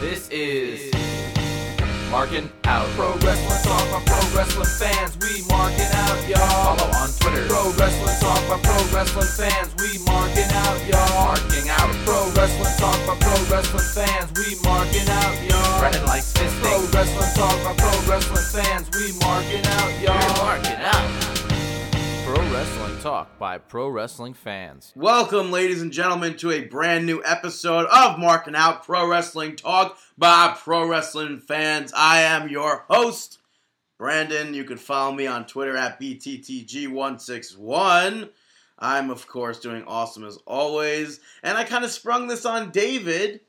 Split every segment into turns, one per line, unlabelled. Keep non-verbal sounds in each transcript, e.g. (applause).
This is Marking Out. Pro Wrestling Talk by Pro Wrestling Fans. We marking out, y'all. Follow on Twitter. Pro Wrestling Talk by Pro Wrestling Fans. We marking out, y'all. Marking Out. Pro Wrestling Talk by Pro Wrestling Fans. We marking out, y'all. Brennan likes fisting. Pro Wrestling Talk by Pro Wrestling Fans. We marking out, y'all. We're marking out. Pro Wrestling Talk by Pro Wrestling Fans.
Welcome, ladies and gentlemen, to a brand new episode of Marking Out Pro Wrestling Talk by Pro Wrestling Fans. I am your host, Brandon. You can follow me on Twitter at BTTG161. I'm, of course, doing awesome as always. And I kind of sprung this on David.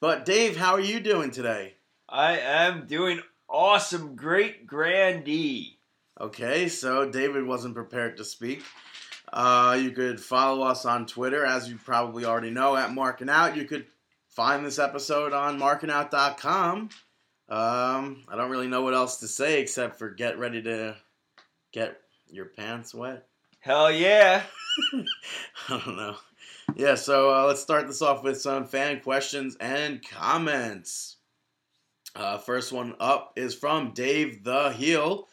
But, Dave, how are you doing today?
I am doing awesome, great grandee.
Okay, so David wasn't prepared to speak. Uh, you could follow us on Twitter, as you probably already know, at Marking Out. You could find this episode on markingout.com. Um, I don't really know what else to say except for get ready to get your pants wet.
Hell yeah.
(laughs)
(laughs)
I don't know. Yeah, so uh, let's start this off with some fan questions and comments. Uh, first one up is from Dave the Heel.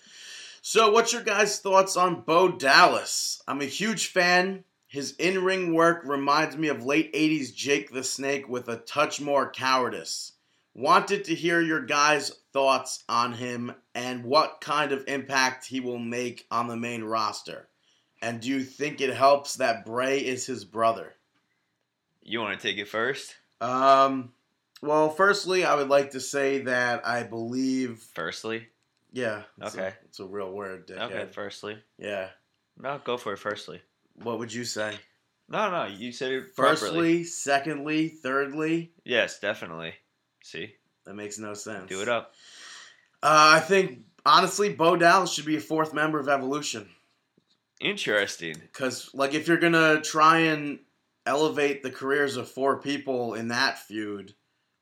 So, what's your guys' thoughts on Bo Dallas? I'm a huge fan. His in ring work reminds me of late 80s Jake the Snake with a touch more cowardice. Wanted to hear your guys' thoughts on him and what kind of impact he will make on the main roster. And do you think it helps that Bray is his brother?
You want to take it first?
Um, well, firstly, I would like to say that I believe,
Firstly?
yeah, it's
Okay.
a, it's a real word, dickhead.
Okay, firstly.
Yeah,
No, go for it firstly.
what would you say?
No, no, you said it
Firstly,
properly.
secondly, thirdly,
Yes, definitely. See?
that makes no sense.
Do it up.
Uh, I think honestly, Bo Dallas should be a fourth member of Evolution.
Interesting.
Because, like, if you're going to try and elevate the careers of four people in that feud,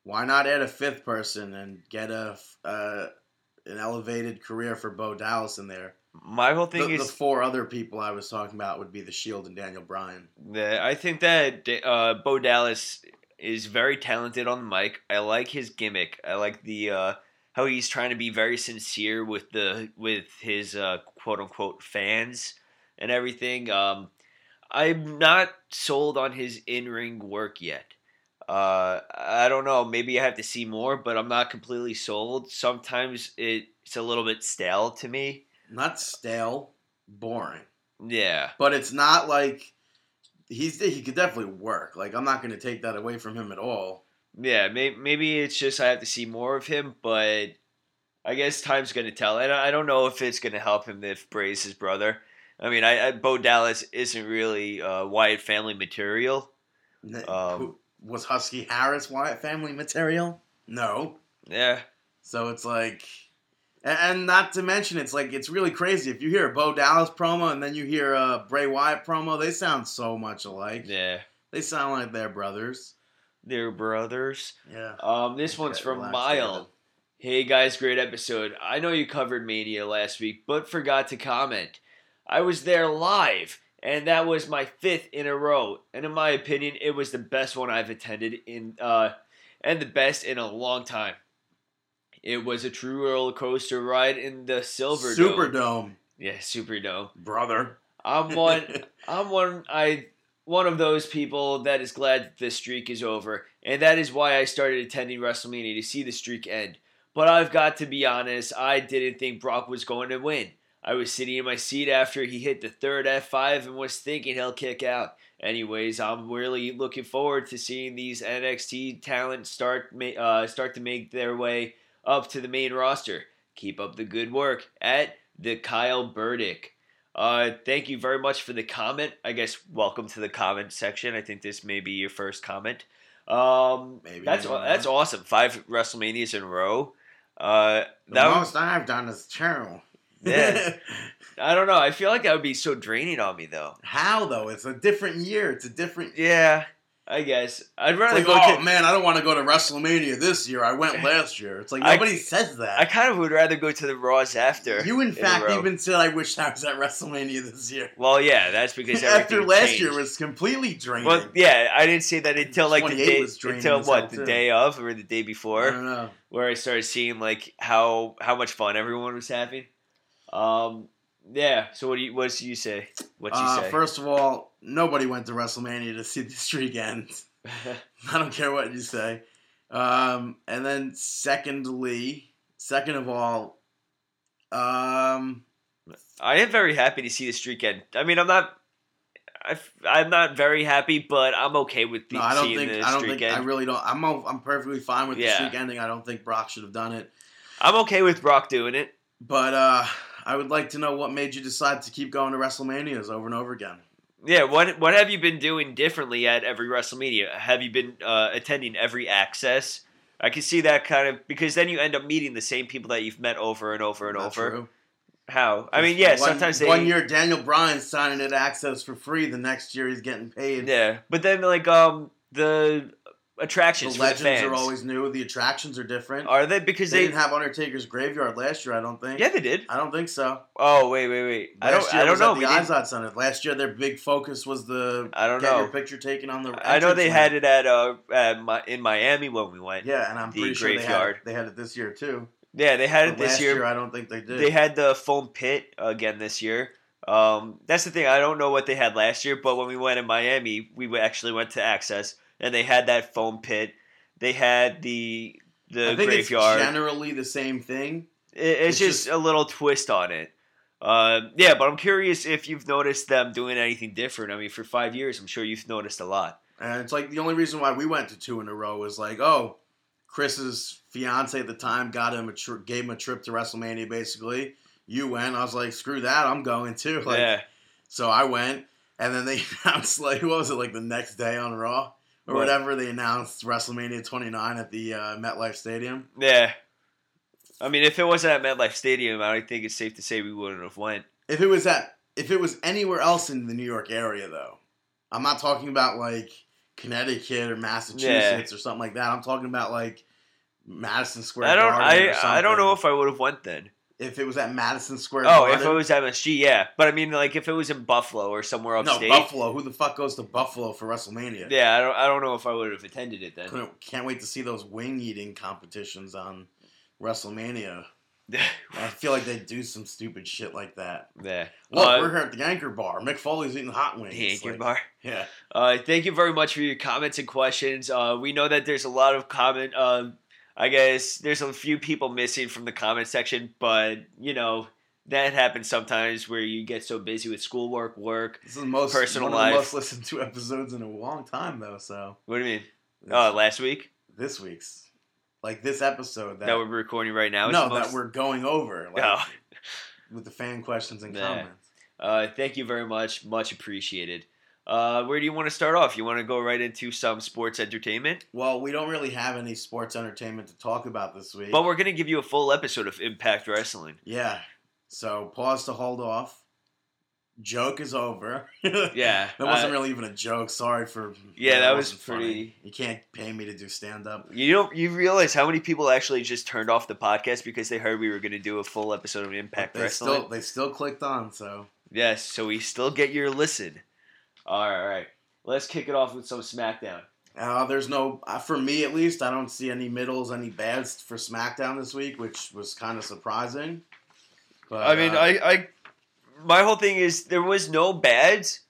why not add a fifth person and get a f- uh, an elevated career for Bo Dallas in there?
My whole
The,
thing
the
is
four other people I was talking about would be The Shield and Daniel Bryan.
that I think that uh, Bo Dallas is very talented on the mic. I like his gimmick. I like the uh, how he's trying to be very sincere with the with his uh, quote unquote fans and everything. Um, I'm not sold on his in ring work yet. Uh, I don't know. Maybe I have to see more, but I'm not completely sold. Sometimes it, it's a little bit stale to me.
Not stale, boring.
Yeah.
but it's not like he's he could definitely work. Like I'm not going to take that away from him at all.
Yeah, may- maybe it's just I have to see more of him, but I guess time's going to tell. And I I don't know if it's going to help him if Bray's his brother. I mean, I, I Bo Dallas isn't really uh, Wyatt family material.
N-
Um,
who- was Husky Harris Wyatt family material? No.
Yeah,
So it's like, and, and not to mention, it's like it's really crazy if you hear a Bo Dallas promo and then you hear a Bray Wyatt promo. They sound so much alike.
yeah,
They sound like they're brothers.
they're brothers.
Yeah.
Um, this one's
Okay,
from
relax,
Mile.
David.
Hey guys, great episode. I know you covered Mania last week, but forgot to comment. I was there live, and that was my fifth in a row. And in my opinion, it was the best one I've attended in, uh, and the best in a long time. It was a true roller coaster ride in the Silver Dome.
Superdome,
Yeah, Superdome.
brother.
I'm
(laughs)
one. I'm one. I one of those people that is glad that this streak is over, and that is why I started attending WrestleMania to see the streak end. But I've got to be honest, I didn't think Brock was going to win. I was sitting in my seat after he hit the third F5 and was thinking he'll kick out. Anyways, I'm really looking forward to seeing these NXT talent start ma- uh, start to make their way up to the main roster. Keep up the good work at the Kyle Burdick. Uh, thank you very much for the comment. I guess welcome to the comment section. I think this may be your first comment. Um,
Maybe,
that's
I don't know.
that's awesome. Five WrestleManias in a row. Uh,
The
that was,
most I've done is channel. (laughs)
Yeah. I don't know. I feel like that would be so draining on me though.
How though? It's a different year. It's a different
Yeah, I guess I'd rather
Like,
go.
oh
to,
man, I don't want to go to WrestleMania this year. I went last year. It's like
I-
nobody says
I
that.
kind of would rather go to the Raws after.
you, in
a
fact,
row.
even said I wish I was at WrestleMania this year.
Well, yeah, that's (laughs) because
(laughs) After
everything
last
changed.
year was completely draining.
Well, yeah, I didn't say that until like the
28
day,
was draining
until
as hell,
what the
too. Uh-huh.
day of or the day
I
before,
don't know.
where I started seeing like how how much fun everyone was having. Um, yeah. So what do you what do you say? What you
Uh,
say?
first of all, nobody went to WrestleMania to see the streak end. (laughs)
(laughs)
I don't care what you say. Um, and then, secondly, second of all, um,
I am very happy to see the streak end. I mean, I'm not. I, am not very happy, but I'm okay with the,
no, I don't
seeing
think
the
I don't
streak
think I
end.
really don't. I'm o- I'm perfectly fine with
Yeah.
the streak ending. I don't think Brock should have done it.
I'm okay with Brock doing it.
But uh, I would like to know what made you decide to keep going to WrestleManias over and over again.
Yeah, what what have you been doing differently at every WrestleMania? Have you been uh, attending every Access? I can see that kind of because then you end up meeting the same people that you've met over and over and
Not
over.
true.
How? I mean, yeah,
One-
sometimes they
one year Daniel Bryan's signing at Access for free. The next year he's getting paid.
Yeah, but then like um the
The
attractions for the
legends
fans
are always new. The attractions are different.
Are they because
they,
they,
didn't have Undertaker's graveyard last year. I don't think.
yeah they did.
I don't think so.
Oh wait wait wait I
Last
don't
year
I don't
was at
know
The
we didn't-
Izod Center. Last year, their big focus was the
I don't
get your
know
picture taken on the.
I know they
entrance
had
ramp.
it at uh at my, in Miami when we went yeah,
Yeah, and I'm
the
pretty sure they had, it,
graveyard.
they had it this year too.
they had it
But
this
last
year
I don't think they did.
They had the foam pit again this year. Um, that's the thing. I don't know what they had last year, but when we went in Miami, we w- actually went to Access, and they had that foam pit. They had the the
I think
graveyard.
it's generally the same thing.
I- it's
it's
just,
just-
a little twist on it. Uh, yeah, but I'm curious if you've noticed them doing anything different. I mean, for five years, I'm sure you've noticed a lot.
And it's like the only reason why we went to two in a row was like, oh, Chris's fiance at the time got him a tri- gave him a trip to WrestleMania. Basically, you went. I was like, screw that, I'm going too. (laughs) Like,
yeah,
So I went, and then they (laughs) announced like what was it like the next day on Raw or
What?
whatever they announced WrestleMania 29 at the uh, MetLife Stadium.
yeah. I mean, if it wasn't at MetLife Stadium, I don't think it's safe to say we wouldn't have went.
If it was at if it was anywhere else in the New York area though, I'm not talking about like Connecticut or Massachusetts or something like that. I'm talking about like Madison Square.
I don't.
Garden or
I I don't know
something.
if I would have went then.
if it was at Madison Square.
Oh,
Garden,
if it was MSG, yeah. But I mean, like if it was in Buffalo or somewhere
no
upstate,
Buffalo. Who the fuck goes to Buffalo for WrestleMania?
yeah. I don't, I don't know if I would have attended it then.
Couldn't- Can't wait to see those wing eating competitions on WrestleMania. I feel like they do some stupid shit like that.
(laughs) yeah.
Look,
Uh,
we're here at the Anchor Bar. Mick Foley's eating hot wings.
the Anchor
Like,
Bar.
Yeah.
Uh, thank you very much for your comments and questions. Uh, we know that there's a lot of comment. Um, I guess there's a few people missing from the comment section, but you know that happens sometimes where you get so busy with schoolwork, work.
This is the most
Personal
one of the
life.
most listened to episodes in a long time though, so
What do you mean?
this-
Uh, last week
this week's like this episode that,
that, we're recording right now. is
no,
the most-
that we're going over like,
Oh.
with the fan questions and
Yeah.
comments.
Uh, thank you very much. Much appreciated. Uh, where do you want to start off? You want to go right into some sports entertainment?
Well, we don't really have any sports entertainment to talk about this week.
But we're going to give you a full episode of Impact Wrestling.
yeah. So pause to hold off. Joke is over. (laughs)
Yeah.
That wasn't
uh,
really even a joke. Sorry for.
Yeah, that was
wasn't funny.
pretty-
You can't pay me to do stand up.
You don't you realize how many people actually just turned off the podcast because they heard we were going to do a full episode of Impact
They
Wrestling?
still they still clicked on. So
Yes, so we still get your listen. All right. Let's kick it off with some SmackDown.
uh, there's no uh, for me at least. I don't see any middles, any bads for SmackDown this week, which was kind of surprising. But
I mean,
uh,
I, I, my whole thing is there was no bads,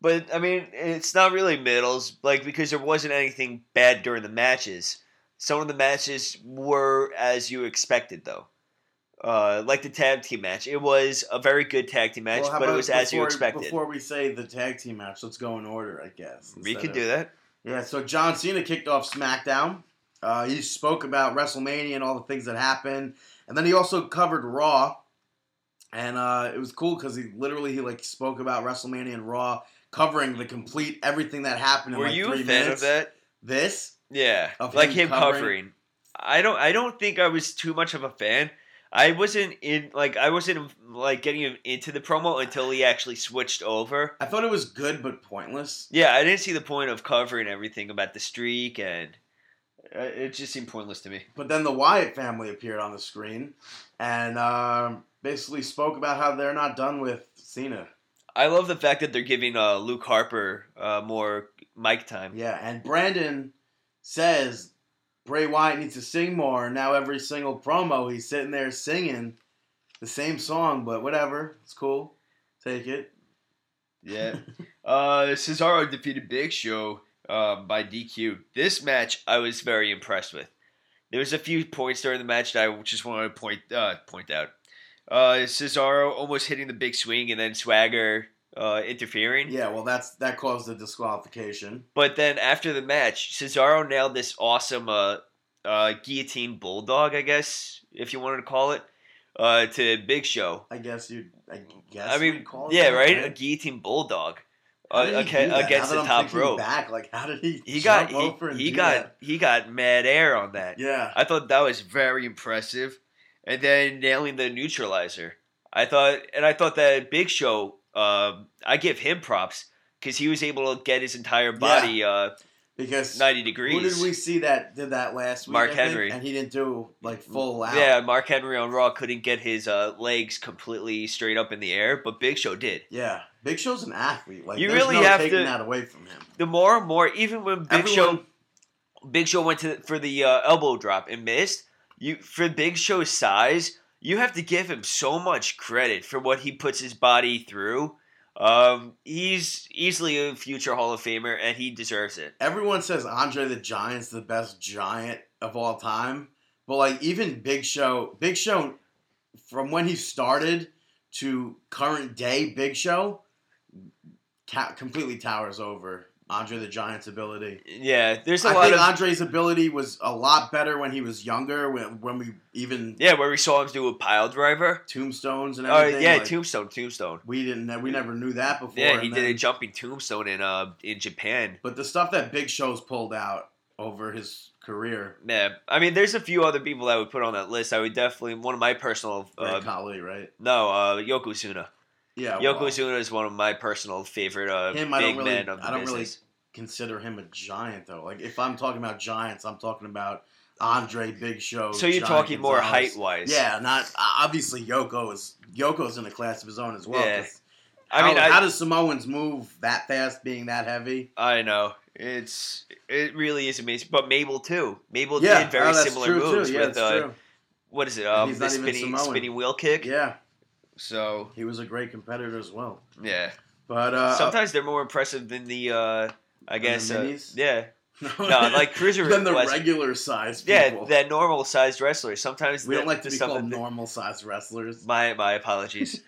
but I mean, it's not really middles, like because there wasn't anything bad during the matches. Some of the matches were as you expected, though. Uh, like the tag team match, it was a very good tag team match,
well, how
but it
about
was as you
before-
expected.
Before we say the tag team match, let's go in order, I guess.
we
instead
could
of-
do that.
Yeah, so John Cena kicked off SmackDown. Uh, he spoke about WrestleMania and all the things that happened, and then he also covered Raw. And uh, it was cool because he literally he like spoke about WrestleMania and Raw, covering the complete everything that happened. In
Were
like
you a
three
fan
minutes.
of that?
This
Yeah,
Of
like him
him
covering.
covering?
I don't. I don't think I was too much of a fan. I wasn't in like I wasn't like getting him into the promo until he actually switched over.
I thought it was good but pointless.
Yeah, I didn't see the point of covering everything about the streak, and uh, it just seemed pointless to me.
But then the Wyatt family appeared on the screen and um, basically spoke about how they're not done with Cena.
I love the fact that they're giving uh, Luke Harper uh, more mic time.
Yeah, and Brandon says Bray Wyatt needs to sing more. Now every single promo, he's sitting there singing the same song, but whatever, it's cool. Take it.
Yeah. uh, Cesaro defeated Big Show uh, by DQ. This match, I was very impressed with. There was a few points during the match that I just wanted to point uh, point out. Uh, Cesaro almost hitting the big swing and then Swagger uh, interfering.
Yeah, well, that's that caused the disqualification.
But then after the match, Cesaro nailed this awesome uh, uh, guillotine bulldog, I guess, if you wanted to call it, uh, to Big Show.
I guess you. I guess.
I
we'd
mean,
call it
yeah,
that,
right? A guillotine bulldog.
How
Uh,
did he
okay,
do that?
against
Now
the
that I'm
top
thinking
rope.
Back, like how did he?
He got
jump over
he,
and
he
do
got
that?
he got mad air on that.
Yeah,
I thought that was very impressive. And then nailing the neutralizer. I thought, and I thought that Big Show, um, I give him props because he was able to get his entire body uh,
because
90 degrees.
who did we see that did that last week?
Mark
I think?
Henry. Mm,
and he didn't do like full out.
Yeah, Mark Henry on Raw couldn't get his uh, legs completely straight up in the air, but Big Show did.
yeah. Big Show's an athlete. Like
You
there's
really
no
have
taking
to-
that away from him.
The more and more, even when Big Show
Everyone-
Big Show went to for the uh, elbow drop and missed. You for Big Show's size, you have to give him so much credit for what he puts his body through. Um, he's easily a future Hall of Famer, and he deserves it.
everyone says Andre the Giant's the best giant of all time, but like even Big Show, Big Show, from when he started to current day, Big Show ta- completely towers over Andre the Giant's ability.
Yeah, there's a
I
lot
think
of
Andre's ability was a lot better when he was younger, when, when we even
yeah where we saw him do a pile driver.
tombstones and
Oh
everything.
yeah,
like,
tombstone, tombstone.
we didn't we never knew that before.
Yeah, he
and
did a
then-
jumping tombstone in uh in Japan.
But the stuff that Big Show's pulled out over his career,
Yeah, I mean, there's a few other people I would put on that list. I would definitely one of my personal
Great
uh,
Khali, right?
no uh, Yokozuna.
Yeah, well.
Yokozuna is one of my personal favorite uh,
Him, I
big
don't really-
men of the
I don't really-
business.
consider him a giant though. Like if I'm talking about giants, I'm talking about Andre Big Show.
so you're
Johnny
talking more
Gonzalez.
height wise.
Yeah, not obviously Yoko is Yoko's in a class of his own as well.
Yeah.
'cause
I mean,
how,
I,
how does Samoans move that fast, being that heavy?
I know it's it really is amazing. But Mabel too. Mabel did very
oh, that's
similar
true, too.
moves
Yeah,
with
that's
uh,
true.
what is it?
And
Um,
he's
the
not even
spinning
Samoan.
spinning wheel kick.
Yeah,
So
he was a great competitor as well.
yeah,
But uh,
sometimes they're more impressive than the uh, I
Than the
guess uh,
minis?
yeah no like cruiser
(laughs) than the regular size people.
yeah that normal sized wrestler. Sometimes
we
the,
don't like to
the
be
stuff
called
that they-
normal size wrestlers.
My my
(laughs)
apologies.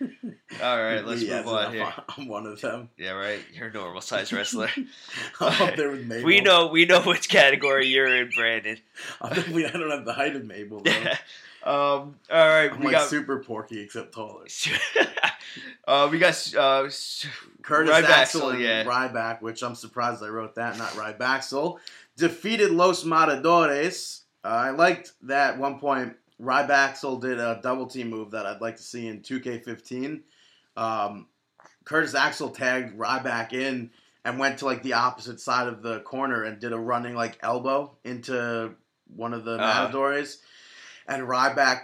All right, let's
Yes,
move on
I'm-
here.
I'm one of them.
Yeah, right. You're a normal size wrestler.
(laughs)
(laughs)
I'm up there with Mabel.
we know we know which category you're in, Brandon.
I don't- we- I don't have the height of Mabel. Though.
(laughs) um. All right,
I'm
we
like
got.
super porky except taller.
(laughs) uh, we got. Uh, s-
Curtis
Ryback,
Axel and
yeah.
Ryback, which I'm surprised I wrote that, not Rybaxel, defeated Los Matadores. Uh, I liked that at one point Rybaxel did a double team move that I'd like to see in 2K15. Um, Curtis Axel tagged Ryback in and went to like the opposite side of the corner and did a running like elbow into one of the
Uh.
Matadores, and Ryback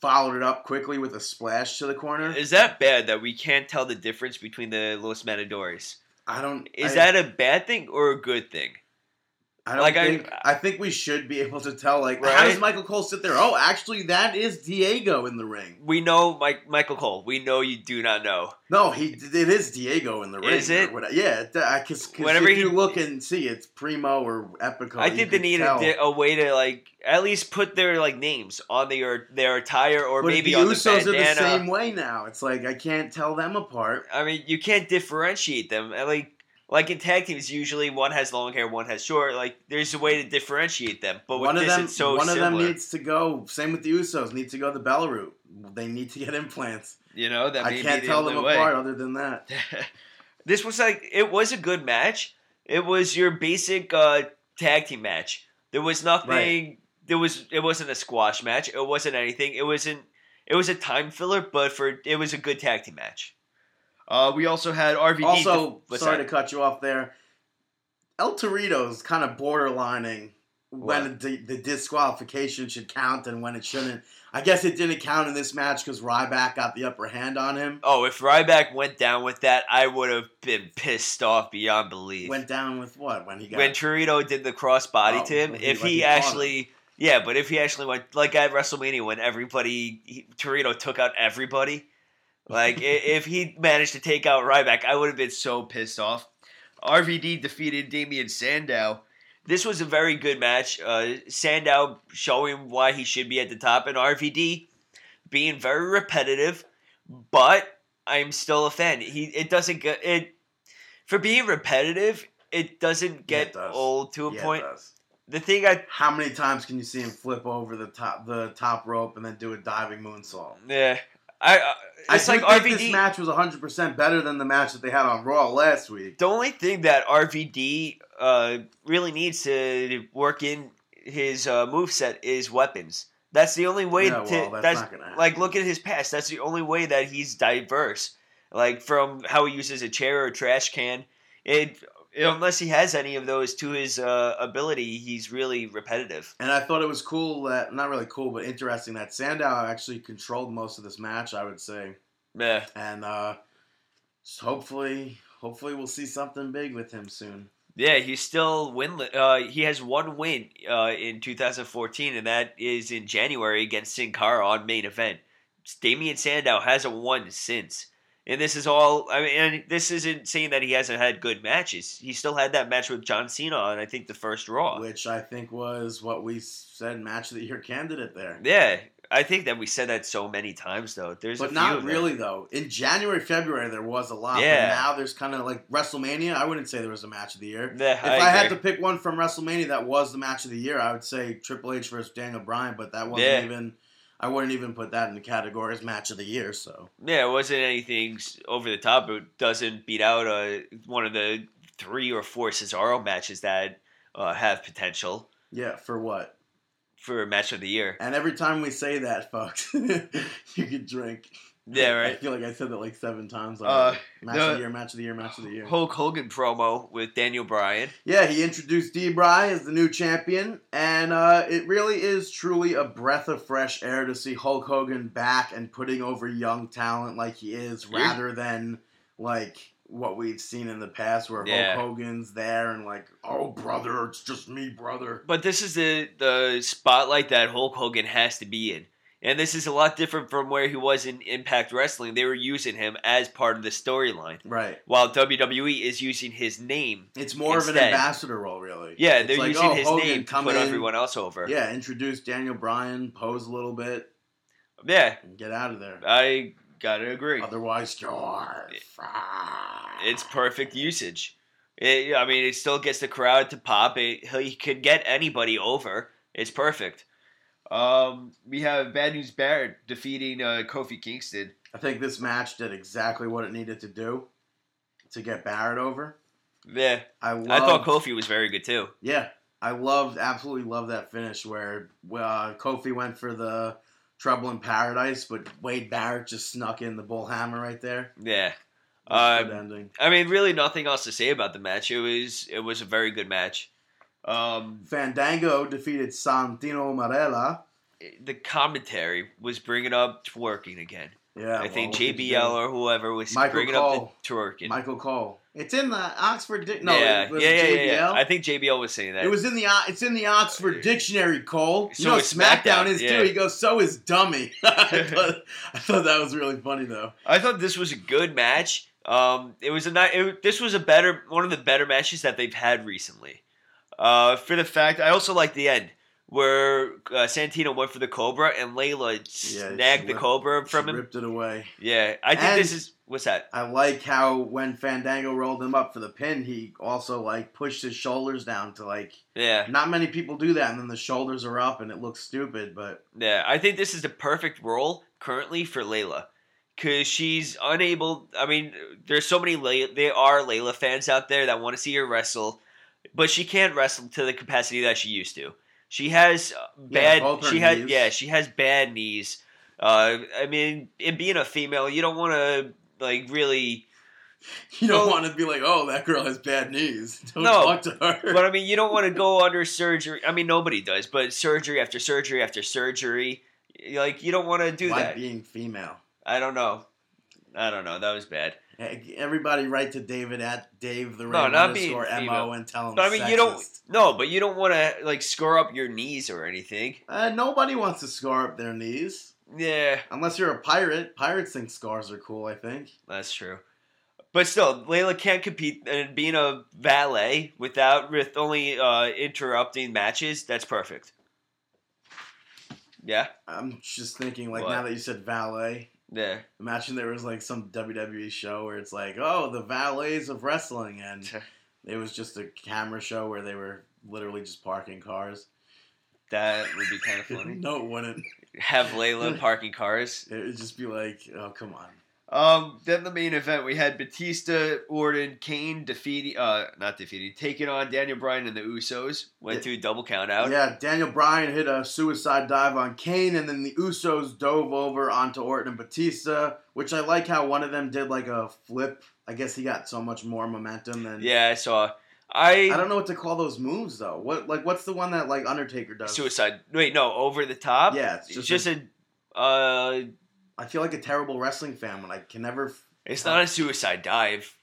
followed it up quickly with a splash to the corner.
is that bad that we can't tell the difference between the Los Matadores?
I don't.
Is
I-
that a bad thing or a good thing?
I don't
Like, I-
think, I, think we should be able to tell. Like, how
Right?
does Michael Cole sit there? Oh, actually, that is Diego in the ring.
We know Mike Michael Cole. We know you do not know.
No, he it is Diego in the ring.
Is it?
or what- yeah, it- uh, I because
Whenever
whenever if
he-
you look and see, it's Primo or Epico.
I
you
think they
could
need a,
tell.
di- a way to like at least put their like names on their their attire or
But
maybe
the
on the
Usos
bandana.
are the same way now. It's like I can't tell them apart.
I mean, you can't differentiate them. And like like in tag teams, usually one has long hair, one has short. Like there's a way to differentiate them. But with
one of
this,
them,
it's so
one
similar.
of them needs to go. Same with the Usos. Needs to go the Bella route. They need to get implants.
you know that may
I
be
can't
the
tell
only
them
way.
apart other than that.
(laughs) this was like it was a good match. It was your basic uh, tag team match. There was nothing. There was it wasn't a squash match. It wasn't anything. It wasn't. It was a time filler, but for it was a good tag team match. Uh, we also had RVD.
Also,
what's
sorry
that?
to cut you off there. El Torito's kind of borderlining when the, the disqualification should count and when it shouldn't. I guess it didn't count in this match because Ryback got the upper hand on him.
oh, if Ryback went down with that, I would have been pissed off beyond belief.
Went down with what when he got
when Torito did the cross body
Oh,
to him,
when he-
if
when
he,
he
actually, yeah, but if he actually went like at WrestleMania when everybody he, Torito took out
(laughs)
everybody, like i- if he managed to take out Ryback, I would have been so pissed off. RVD defeated Damian Sandow. This was a very good match. Uh, Sandow showing why he should be at the top, and RVD being very repetitive, but I'm still a fan. He it doesn't get it for being repetitive. It doesn't
Yeah,
get
it does.
old to a
Yeah, it
point.
does.
The thing I
How many times can you see him flip over the top the top rope and then do a diving moonsault?
yeah I, I
I
it's
do
like
think
RVD.
this match was 100% better than the match that they had on Raw last week.
the only thing that RVD uh, really needs to work in his uh, moveset is weapons. That's the only way
Yeah,
to.
well, that's
that's
not gonna happen.
like look at his past. That's the only way that he's diverse. Like from how he uses a chair or a trash can, it unless he has any of those to his uh, ability, he's really repetitive.
And I thought it was cool that not really cool, but interesting that Sandow actually controlled most of this match. I would say,
Yeah.
and uh, just hopefully, hopefully we'll see something big with him soon.
Yeah, he's still winless. Uh, he has one win uh, in 2014, and that is in January against Sin Cara on main event. Damian Sandow hasn't won since. And this is all, I mean, and this isn't saying that he hasn't had good matches. He still had that match with John Cena on, I think, the first Raw.
Which I think was what we said match of the year (laughs) candidate there.
yeah, I think that we said that so many times, though. There's a
But
few
not
of them.
really though. In January, February there was a lot.
Yeah.
But now there's kind of like WrestleMania. I wouldn't say there was a match of the year.
Yeah,
If
I,
I, had to
agree.
pick one from WrestleMania that was the match of the year, I would say Triple H versus Daniel Bryan. But that wasn't
Yeah.
even. I wouldn't even put that in the category as match of the year. So
Yeah, it wasn't anything s- over the top. It doesn't beat out uh, one of the three or four Cesaro matches that uh, have potential
yeah, for what?
for a match of the year.
And every time we say that, (laughs) folks, you could drink.
Yeah,
I
right.
feel like I said that like seven times.
Uh,
Already. match
the-
of the year, match of the year, match of the year.
Hulk Hogan promo with Daniel Bryan.
Yeah, he introduced D. Bry as the new champion, and uh, it really is truly a breath of fresh air to see Hulk Hogan back and putting over young talent like he is,
Yeah.
rather than like what we've seen in the past, where
Yeah.
Hulk Hogan's there and like, oh brother, it's just me, brother.
But this is the the spotlight that Hulk Hogan has to be in. And this is a lot different from where he was in Impact Wrestling. They were using him as part of the storyline,
Right.
while WWE is using his name.
It's more of an
Instead-
ambassador role, really.
Yeah,
It's
they're
like,
using
oh,
his
Hogan,
name to
come
put
in.
everyone else over.
Yeah, introduce Daniel Bryan, pose a little bit,
yeah
and get out of there.
I gotta agree.
Otherwise, you're
It's perfect usage. It, I mean, it still gets the crowd to pop. It, he could get anybody over. It's perfect. Um, we have Bad News Barrett defeating uh, Kofi Kingston.
I think this match did exactly what it needed to do to get Barrett over.
Yeah,
I loved,
I thought Kofi was very good too.
Yeah, I loved, absolutely loved that finish where uh, Kofi went for the trouble in paradise, but Wade Barrett just snuck in the bull hammer right there.
Yeah,
It was a
Um,
good ending.
I mean, really nothing else to say about the match. It was it was a very good match. Um,
Fandango defeated Santino Marella.
the commentary was bringing up twerking again.
Yeah,
I think
well, what could you
JBL or whoever was
Michael
bringing
Cole.
up the twerking.
do? Michael Cole. It's in the Oxford. Di- no,
yeah,
it was
yeah, yeah,
JBL.
yeah, yeah. I think JBL was saying that.
It was in the O- it's in the Oxford Dictionary, Cole. You
So
know
is
SmackDown
SmackDown,
is
yeah.
too. He goes, so is dummy. (laughs)
(laughs)
I, thought, I thought that was really funny though.
I thought this was a good match. Um, it was a ni- it, this was a better one of the better matches that they've had recently. Uh, for the fact, I also like the end where uh, Santino went for the Cobra and Layla
Yeah,
snagged
she
the
ripped-
Cobra
She
from him.
ripped it away.
Yeah, I think this
And-
is what's that?
I like how when Fandango rolled him up for the pin, he also like pushed his shoulders down to like
Yeah,
not many people do that, and then the shoulders are up and it looks stupid. But (laughs)
yeah. I think this is the perfect role currently for Layla. Cause she's unable. I mean, there's so many. Lay- they are Layla fans out there that want to see her wrestle, but she can't wrestle to the capacity that she used to. She has uh,
Yeah,
bad.
both her
she has
knees.
yeah. She has bad knees. Uh, I mean, and being a female, you don't want to like
(laughs)
really.
You don't
No.
want to be like, oh, that girl has bad knees. (laughs) Don't
No,
talk to her.
But I mean, you don't want to go under surgery. I mean, nobody does, but surgery after surgery after surgery, like you don't want to do
Why
that.
being female?
I don't know. I don't know. That was bad.
Hey, Everybody write to David at Dave the
No,
Ray
not
underscore
being
mo
female.
and tell him.
But I mean, you don't.
sexist.
No, but you don't want to like score up your knees or anything.
Uh, nobody wants to scar up their knees
Yeah,
unless you're a pirate. Pirates think scars are cool. I think.
that's true. But still, Layla can't compete and being a valet without with only uh, interrupting matches. That's perfect. Yeah,
I'm just thinking, like
What?
now that you said valet,
yeah.
imagine there was like some WWE show where it's like, oh, the valets of wrestling, and it was just a camera show where they were literally just parking cars.
That would be kind of (laughs) funny.
(laughs) no, it wouldn't.
Have Layla parking cars.
It would just be like, oh, come on.
Um, then the main event we had Batista, Orton, Kane defeating, uh, not defeating, taking on Daniel Bryan and the Usos. Went
Yeah.
through double count out.
Yeah, Daniel Bryan hit a suicide dive on Kane, and then the Usos dove over onto Orton and Batista, which I like how one of them did like a flip. I guess he got so much more momentum than.
Yeah, I saw. I,
I don't know what to call those moves though. What like what's the one that like Undertaker does?
suicide. Wait, no, over the top.
Yeah, it's
it's
just.
just, a.
a-
uh,
I feel like a terrible wrestling fan when I can never. f-
it's not a suicide dive.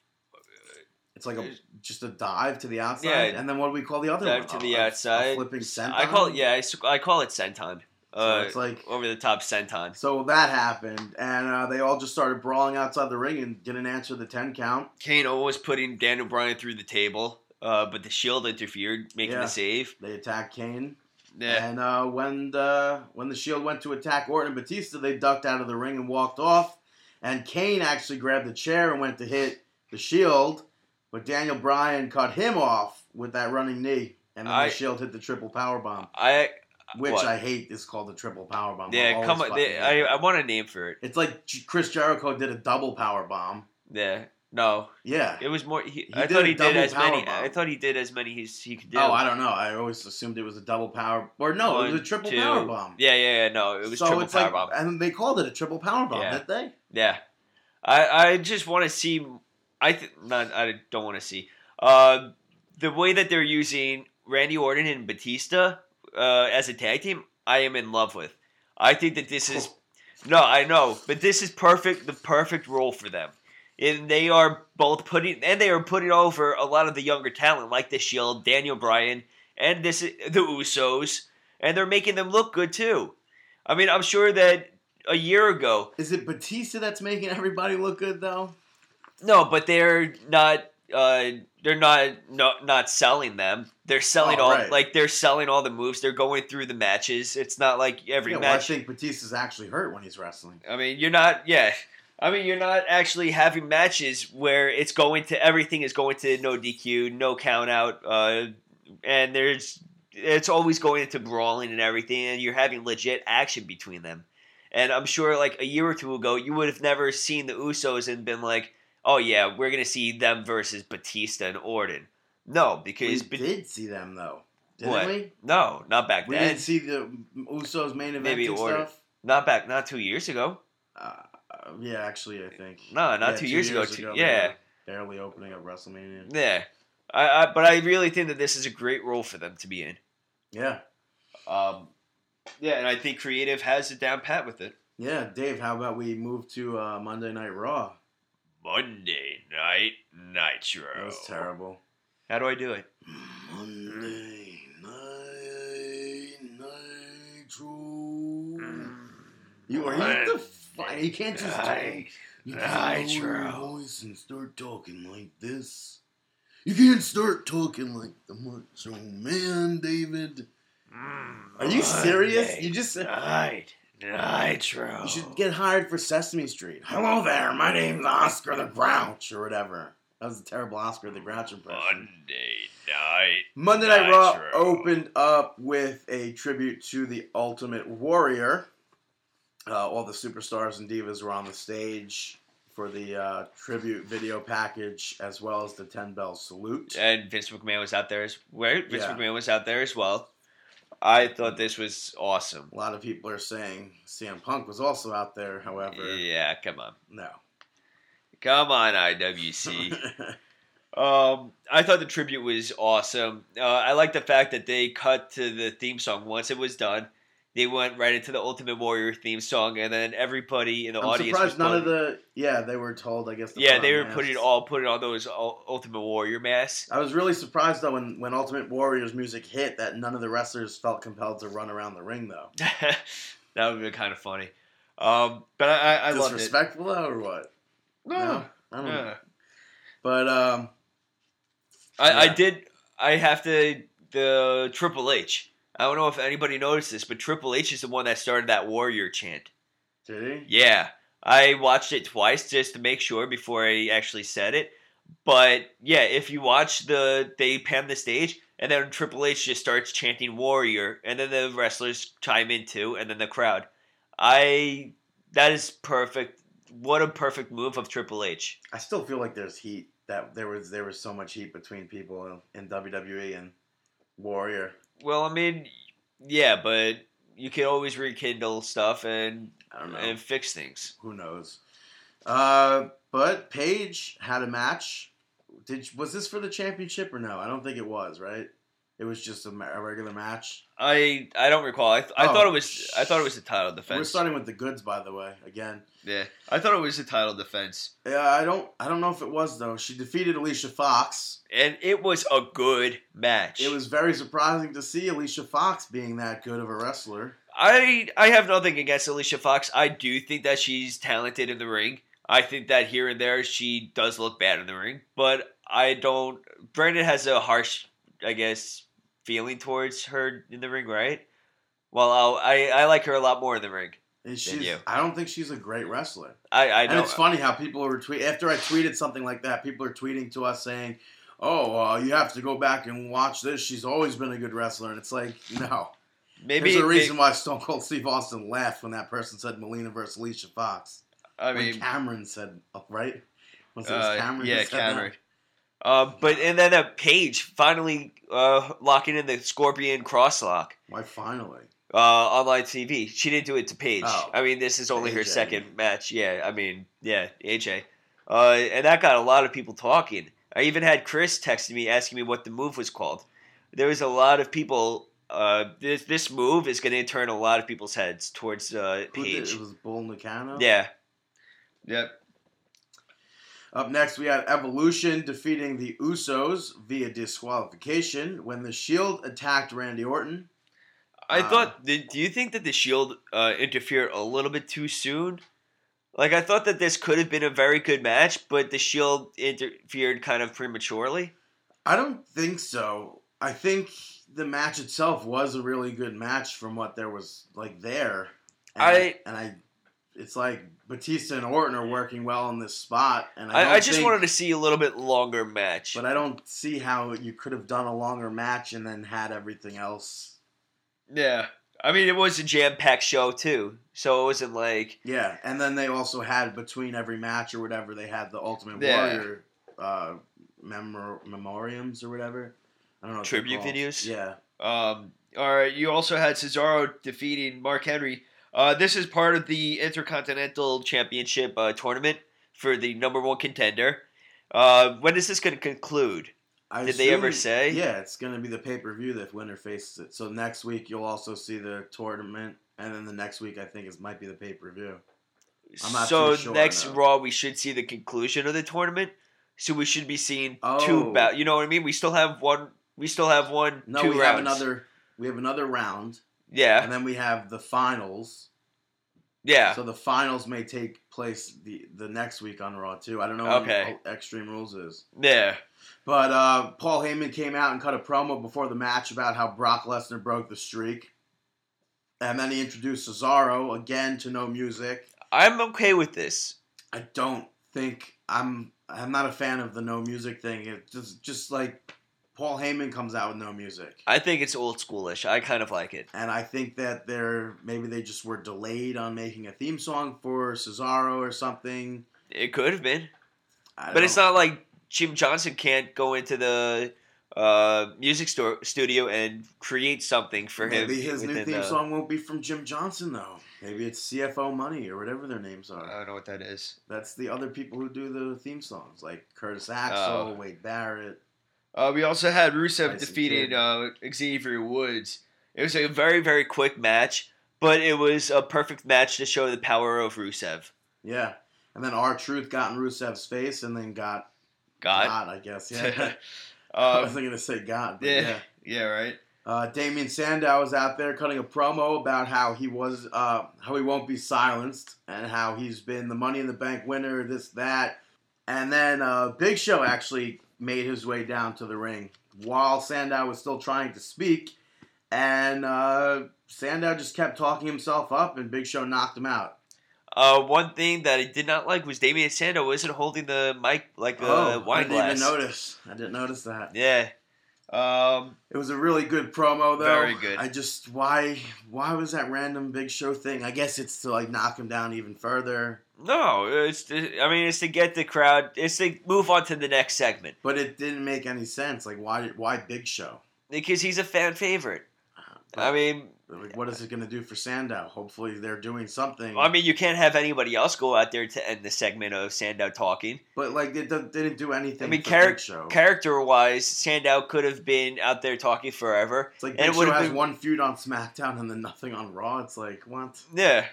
It's like a just a dive to the outside,
Yeah.
and then what do we call the other
Dive
one?
to
A-
the
a- a
outside.
flipping senton.
I call it. Yeah, I, s- I call it senton.
So
Uh,
it's like
over the top senton.
so that happened, and uh, they all just started brawling outside the ring and didn't answer the ten count.
Kane almost putting Daniel Bryan through the table, uh, but the Shield interfered, making
Yeah.
the save.
They attacked Kane,
Yeah.
and uh, when the when the Shield went to attack Orton and Batista, they ducked out of the ring and walked off. And Kane actually grabbed the chair and went to hit the Shield, but Daniel Bryan caught him off with that running knee, and then
I-
the Shield hit the triple power bomb,
I
which
What?
I hate is called the triple power bomb.
yeah. Come on. They, I I want a name for it.
it's like J- Chris Jericho did a double power bomb.
Yeah. No,
Yeah.
it was more. He,
He
I
did
thought
a
he did
double
as many.
powerbomb.
I thought he did as many as he could do.
Oh, I don't know. I always assumed it was a double power, or no, it was a
One,
triple
two.
power bomb.
Yeah, yeah, yeah. No, it was triple power bomb.
and they called it a triple power bomb,
Yeah.
didn't they?
Yeah, I I just want to see. I th- not I don't want to see. Uh, the way that they're using Randy Orton and Batista uh, as a tag team, I am in love with. I think that this is no, I know, but this is perfect. The perfect role for them. And they are both putting, and they are putting over a lot of the younger talent, like the Shield, Daniel Bryan, and this the Usos, and they're making them look good too. I mean, I'm sure that a year ago,
Is it Batista that's making everybody look good though?
No, but they're not. Uh, they're not no, not selling them. They're selling
Oh,
all
right.
like they're selling all the moves. They're going through the matches. It's not like every
Yeah, well, I
match.
think Batista's actually hurt when he's wrestling.
I mean, you're not. Yeah, I mean, you're not actually having matches where it's going to everything is going to no DQ, no count out, uh, and there's it's always going into brawling and everything, and you're having legit action between them. And I'm sure, like a year or two ago, you would have never seen the Usos and been like, "Oh yeah, we're gonna see them versus Batista and Orton." No,
We
because Bat-
did see them though, didn't
What?
we?
no, not back
We
then,
didn't see the Usos main event
Maybe
and
Orton.
stuff.
not back, not two years ago.
Uh, uh, yeah, actually, I think.
No, not
Yeah,
two, years, ago. Two,
they
yeah.
were barely opening up WrestleMania.
Yeah, I, I but I really think that this is a great role for them to be in.
Yeah,
Um, yeah, and I think creative has it down pat with it.
yeah, Dave. How about we move to uh, Monday Night Raw?
Monday night nitro.
That was terrible.
How do I do it?
Monday Night
Mm.
Nitro. You are you the fight. You can't just talk. You can't lower your
Nitro.
voice and start talking like this. You can't start talking like the Macho Man, David. Are you serious? You just you
Mm. night nitro.
should get hired for Sesame Street. Hello there, my name's Oscar the Grouch or whatever. That was a terrible Oscar the Grouch impression.
night.
Monday Night Raw
Nitro.
opened up with a tribute to the Ultimate Warrior. Uh, all the superstars and divas were on the stage for the uh, tribute video package, as well as the ten bell salute.
And Vince McMahon was out there as where Vince
Yeah.
McMahon was out there as well. I thought this was awesome.
A lot of people are saying CM Punk was also out there, however.
Yeah, come on.
No.
Come on,
(laughs)
IWC. um, I thought the tribute was awesome. Uh, I like the fact that they cut to the theme song once it was done. They went right into the Ultimate Warrior theme song, and then everybody in the
I'm
audience.
surprised
was
none of
putting-
the. Yeah, they were told, I guess. to
yeah,
put
they
on
were
masks.
putting it all putting on those Ul- Ultimate Warrior masks. (laughs)
I was really surprised, though, when, when Ultimate Warrior's music hit that none of the wrestlers felt compelled to run around the ring, though.
that would have been kind of funny. Um, but I, I, I loved it.
Disrespectful, though, or what?
Mm.
I don't know.
yeah.
But, um,
I, I
Yeah.
did. I have to the Triple H. I don't know if anybody noticed this, but Triple H is the one that started that Warrior chant.
did he?
Yeah, I watched it twice just to make sure before I actually said it. But yeah, if you watch the, they pan the stage, and then Triple H just starts chanting Warrior, and then the wrestlers chime in too, and then the crowd. I that is perfect. What a perfect move of Triple H.
I still feel like there's heat. That there was there was so much heat between people in WWE and Warrior.
Well, I mean, yeah, but you can always rekindle stuff and
I don't know.
and fix things.
Who knows? Uh, but Paige had a match. Did was this for the championship or no? I don't think it was. Right? It was just a, ma- a regular match.
I I don't recall. I, th- I
Oh,
thought it was I thought it was a title defense.
We're starting with the goods, by the way. Again,
yeah, I thought it was a title defense,
yeah, I don't, I don't know if it was though. She defeated Alicia Fox.
and it was a good match.
It was very surprising to see Alicia Fox being that good of a wrestler.
I I have nothing against Alicia Fox. I do think that she's talented in the ring. I think that here and there she does look bad in the ring, but I don't. Brandon has a harsh, I guess, feeling towards her in the ring, right? Well, I'll, I I like her a lot more in the ring.
And she's,
you.
I don't think she's a great wrestler.
I I
And
know.
it's funny how people are tweet after I tweeted something like that. People are tweeting to us saying, "Oh, uh, you have to go back and watch this. She's always been a good wrestler." And it's like, no.
Maybe
There's a reason why Stone Cold Steve Austin laughed when that person said Melina versus Alicia Fox.
I
when
mean,
Cameron said, oh, right? Was it
Uh,
Cameron? who
yeah,
said that?
Cameron. Uh, but and then uh, Paige finally uh, locking in the Scorpion crosslock
Why finally?
uh, on live TV. She didn't do it to Paige.
Oh.
I mean, this is only her
AJ.
second match. Yeah, I mean, yeah, AJ, uh, and that got a lot of people talking. I even had Chris texting me asking me what the move was called. There was a lot of people. Uh, this this move is going to turn a lot of people's heads towards uh,
Who did,
Paige.
it was Bull Nakano.
Yeah. Yep.
Up next, we had Evolution defeating the Usos via disqualification when the Shield attacked Randy Orton.
I
Uh,
thought. Did, do you think that the Shield uh, interfered a little bit too soon? Like I thought that this could have been a very good match, but the Shield interfered kind of prematurely.
I don't think so. I think the match itself was a really good match from what there was like there. And
I-
and I it's like Batista and Orton are working well in this spot and I,
I, I,
don't
just
think-
wanted to see a little bit longer match.
but I don't see how you could have done a longer match and then had everything else.
yeah, I mean it was a jam packed show too, so it wasn't like
Yeah, and then they also had between every match or whatever they had the Ultimate
Yeah.
Warrior uh memor- memoriams or whatever. I don't know. what they're
Tribute
called.
videos?
Yeah.
Um, all right, you also had Cesaro defeating Mark Henry. Uh, this is part of the Intercontinental Championship uh, tournament for the number one contender. Uh, when is this going to conclude?
I
Did they ever
assume-
say?
Yeah, it's going to be the pay per view that winner faces it. So next week you'll also see the tournament, and then the next week I think it might be the pay per view. I'm not
so
too sure,
next
no.
Raw, we should see the conclusion of the tournament. So we should be seeing two
Oh.
bout. You know what I mean? We still have one. We still have one.
No,
two
we
rounds.
have another. We have another round,
Yeah,
and then we have the finals.
yeah.
So the finals may take place the the next week on Raw too. I don't know when
Okay.
Extreme Rules is,
yeah.
but uh, Paul Heyman came out and cut a promo before the match about how Brock Lesnar broke the streak, and then he introduced Cesaro again to no music.
I'm okay with this.
I don't think I'm I'm not a fan of the no music thing. It just just like Paul Heyman comes out with no music.
I think it's old schoolish. I kind of like it.
And I think that they're maybe they just were delayed on making a theme song for Cesaro or something.
It could have been.
I
But it's
don't-
not like Jim Johnson can't go into the uh, uh, music store, studio and create something for him.
Maybe his new
within
theme
the-
song won't be from Jim Johnson though. Maybe it's CFO Money or whatever their names
I
are.
don't know what that is.
That's the other people who do the theme songs, like Curtis Axel,
Oh.
Wade Barrett.
Uh, we also had
I
Rusev
see,
defeated
kid.
uh, Xavier Woods. It was a very very quick match, but it was a perfect match to show the power of Rusev.
Yeah, and then our Truth got in Rusev's face, and then got
God. (laughs)
God, I guess. Yeah, (laughs) I
um,
wasn't gonna say God, but
yeah.
yeah.
yeah. Right.
Uh, Damien Sandow was out there cutting a promo about how he was, uh, how he won't be silenced, and how he's been the Money in the Bank winner, this that, and then uh, Big Show actually made his way down to the ring while Sandow was still trying to speak, and uh, Sandow just kept talking himself up, and Big Show knocked him out.
Uh, one thing that I did not like was Damian Sandow wasn't holding the mic like a
Oh, I
wine
didn't
glass.
even notice. I didn't notice that.
Yeah. Um,
It was a really good promo, though.
Very good.
I just why why was that random Big Show thing? I guess it's to like knock him down even further,
no, it's I mean it's to get the crowd. It's to move on to the next segment
but it didn't make any sense. Like why did why Big Show?
because he's a fan favorite.
Uh, But,
I mean,
like, what is it going to do for Sandow? Hopefully, they're doing something.
I mean you can't have anybody else go out there to end the segment of Sandow talking.
but like it do- didn't do
I
anything.
mean,
for
Carrick-
Big Show.
Character wise, Sandow could have been out there talking forever.
it's like
and it
Big Show
would've
has
been-
one feud on SmackDown and then nothing on Raw. It's like what?
Yeah.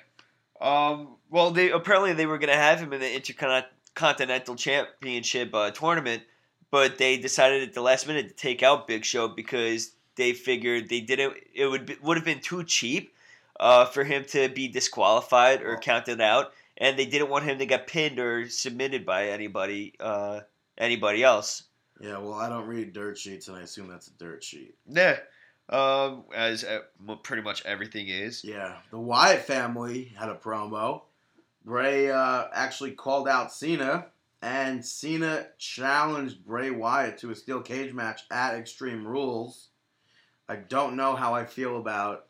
Um. Well, they apparently they were gonna have him in the intercontinental championship uh, tournament, but they decided at the last minute to take out Big Show because they figured they didn't. It would be, would have been too cheap uh, for him to be disqualified or counted out, and they didn't want him to get pinned or submitted by anybody uh, anybody else.
Yeah, well, I don't read dirt sheets, and I assume that's a dirt sheet.
Yeah. Um. As pretty much everything is.
Yeah, the Wyatt family had a promo. Bray uh, actually called out Cena, and Cena challenged Bray Wyatt to a steel cage match at Extreme Rules. I don't know how I feel about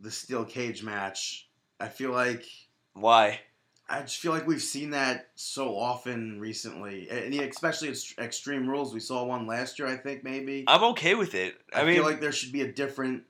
the steel cage match. I feel like
Why?
I just feel like we've seen that so often recently, and especially at Extreme Rules. We saw one last year, I think maybe. I,
I'm okay with it. I, mean,
feel like there should be a different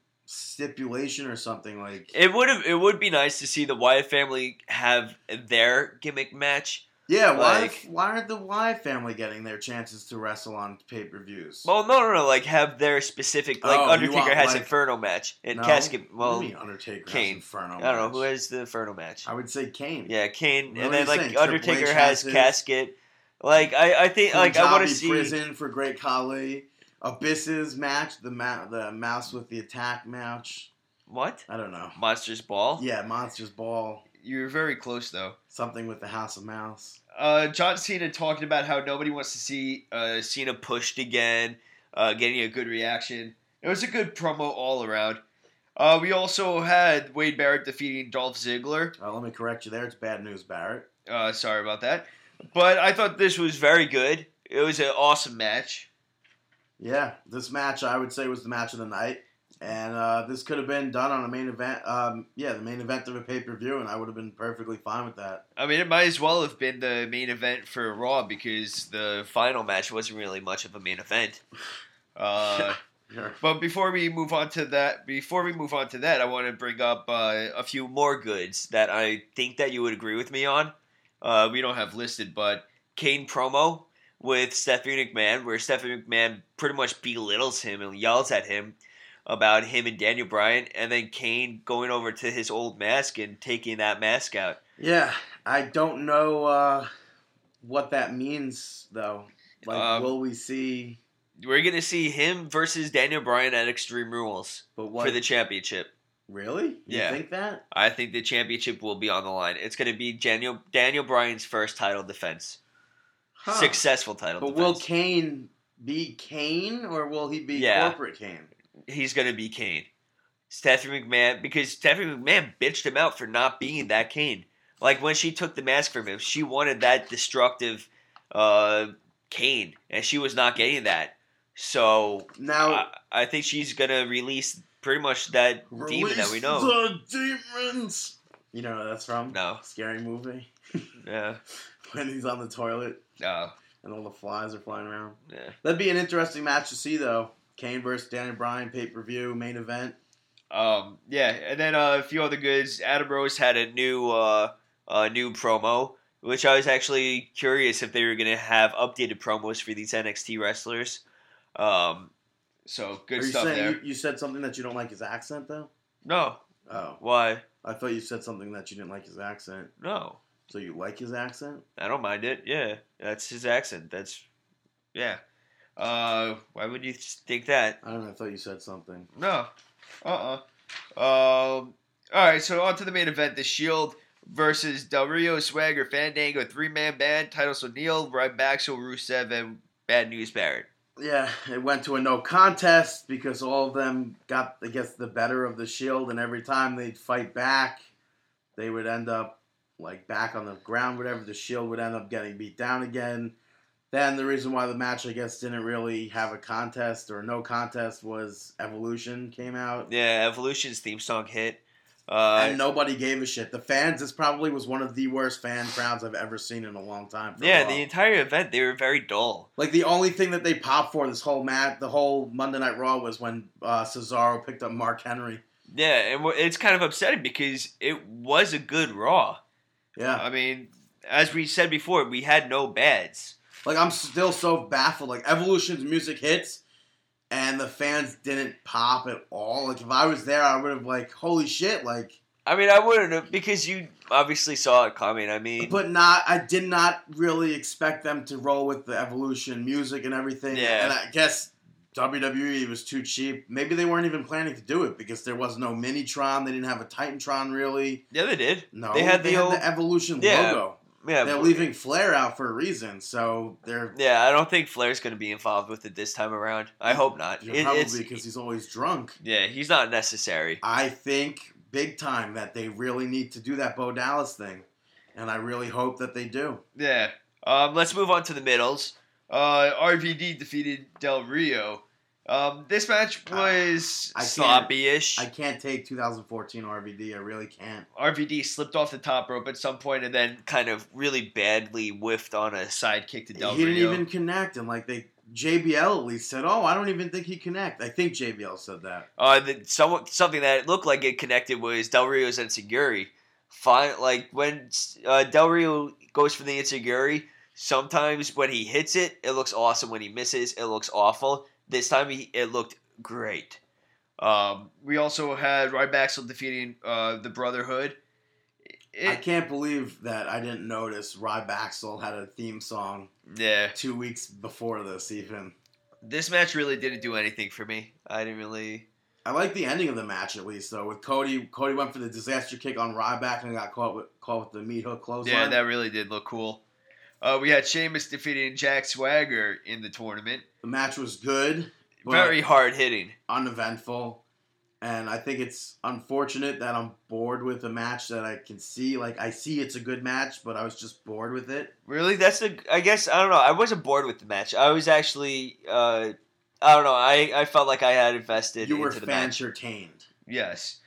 stipulation or something like
It would have. It would be nice to see the Wyatt family have their gimmick match.
Yeah,
Like-
why, why aren't the Wyatt family getting their chances to wrestle on pay per views?
Well, no, no, no. Like have their specific like
Oh, you
Undertaker
want,
has
like-
Inferno match and casket. Well,
mean Undertaker has
Kane.
Inferno.
I don't know who
match?
has the Inferno match.
I would say Kane.
Yeah, Kane, and
What are
then
you
like
saying? Triple
Undertaker
H
has
has his-
casket. Like I, I think like I want to
Punjabi
see.
prison for Great Khali. Abyss's match, the ma- the mouse with the attack match.
What?
I don't know.
Monsters Ball.
Yeah, Monsters Ball,
You're very close though.
something with the House of Mouse.
uh, John Cena talking about how nobody wants to see uh, Cena pushed again, uh, getting a good reaction. It was a good promo all around. Uh, we also had Wade Barrett defeating Dolph Ziggler.
Uh, let me correct you there. It's bad news, Barrett.
Uh, sorry about that. But I thought this was very good. It was an awesome match.
Yeah, this match I would say was the match of the night, and uh, this could have been done on a main event. Um, yeah, the main event of a pay per view, and I would have been perfectly fine with that.
I mean, it might as well have been the main event for Raw because the final match wasn't really much of a main event. Uh, But before we move on to that, before we move on to that, I want to bring up uh, a few more goods that I think that you would agree with me on. Uh, we don't have listed, but Kane promo with Stephanie McMahon, where Stephanie McMahon pretty much belittles him and yells at him about him and Daniel Bryan, and then Kane going over to his old mask and taking that mask out.
(laughs) Yeah, I don't know uh, what that means though. Like,
Um,
will we see?
We're gonna see him versus Daniel Bryan at Extreme Rules
But what?
for the championship.
really? You
Yeah.
think that?
I think the championship will be on the line. It's going to be Daniel Daniel Bryan's first title defense,
Huh.
successful title
But will
defense.
Kane be Kane, or will he be
Yeah.
corporate Kane?
He's going to be Kane. Stephanie McMahon because Stephanie McMahon bitched him out for not being that Kane. Like when she took the mask from him, she wanted that destructive uh, Kane, and she was not getting that. So
Now,
I, I think she's going to release pretty much that demon that we
release
know.
the demons. You know where that's from?
No,
Scary movie (laughs)
yeah,
when he's on the toilet.
no,
and all the flies are flying around.
yeah.
That'd be an interesting match to see, though. Kane versus Danny Bryan pay per view main event.
Um, yeah, and then uh, a few other goods. Adam Rose had a new uh, uh, new promo, which I was actually curious if they were going to have updated promos for these NXT wrestlers. Um, so good
Are you
stuff
saying
there.
You, you said something that you don't like his accent though?
No,
Oh,
why?
I thought you said something that you didn't like his accent.
No,
So you like his accent?
I don't mind it. Yeah, that's his accent. That's yeah. Uh, why would you think that?
I don't know. I thought you said something.
No. Uh uh Um, all right, so on to the main event The Shield versus Del Rio, Swagger, Fandango, three man band, Titus O'Neil, Ryback, Axel Rusev, and Bad News Barrett.
Yeah, it went to a no contest because all of them got, I guess, the better of the Shield, and every time they'd fight back, they would end up like back on the ground, whatever. The Shield would end up getting beat down again. Then the reason why the match, I guess, didn't really have a contest or no contest was Evolution came out.
Yeah, Evolution's theme song hit. Uh,
and nobody gave a shit. The fans, this probably was one of the worst fan crowds I've ever seen in a long time. for a
yeah,
while.
the entire event, they were very dull.
Like the only thing that they popped for this whole mat, the whole Monday Night Raw was when uh, Cesaro picked up Mark Henry.
Yeah, and wha- it's kind of upsetting because it was a good Raw.
Yeah,
I mean, as we said before, we had no bads.
like I'm still so baffled. Like Evolution's music hits, and the fans didn't pop at all. Like if I was there, I would have like, holy shit! Like,
I mean, I wouldn't have, because you obviously saw it coming. I mean,
but not. I did not really expect them to roll with the Evolution music and everything.
Yeah.
and I guess. WWE was too cheap. Maybe they weren't even planning to do it because there was no Minitron. They didn't have a Titantron really.
yeah, they did.
No,
They had the old-
Evolution
Yeah,
logo.
Yeah,
They're
but-
leaving Flair out for a reason, so they're
Yeah, I don't think Flair's going to be involved with it this time around. I hope not.
they're
It- it's-
probably because he's always drunk.
yeah, he's not necessary.
I think big time that they really need to do that Bo Dallas thing, and I really hope that they do.
Yeah. Um, let's move on to the middles. Uh, RVD defeated Del Rio. Um, this match was
Ah, I can't-
sloppy-ish.
I can't take 2014 RVD. I really can't.
RVD slipped off the top rope at some point and then kind of really badly whiffed on a side kick to Del
he
Rio.
didn't even connect, and like they JBL at least said, "Oh, I don't even think he connect." I think JBL said that.
Uh, the, some, something that looked like it connected was Del Rio's Insiguri. Fine, like when uh, Del Rio goes for the Insiguri, sometimes when he hits it, it looks awesome. When he misses, it looks awful. This time, he, it looked great. Um, we also had Ryback defeating uh, the Brotherhood.
I can't believe that I didn't notice Ryback had a theme song
yeah,
two weeks before this even.
this match really didn't do anything for me. I didn't really.
I like the ending of the match at least though. With Cody, Cody went for the disaster kick on Ryback and got caught with caught with the meat hook clothesline.
Yeah, that really did look cool. Uh, we had Sheamus defeating Jack Swagger in the tournament.
the match was good, but
Very hard hitting.
uneventful. And I think it's unfortunate that I'm bored with a match that I can see. Like I see it's a good match, but I was just bored with it.
Really, that's the. I guess I don't know. I wasn't bored with the match. I was actually. Uh, I don't know. I, I felt like I had invested
you were
into the
fan
match.
entertained.
Yes.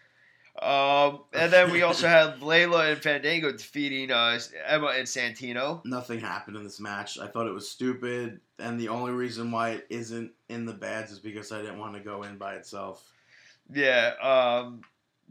Um, and then we also
(laughs)
have Layla and Fandango defeating uh, Emma and Santino.
Nothing happened in this match. I thought it was stupid, and the only reason why it isn't in the bads is because I didn't want to go in by itself.
Yeah. Um,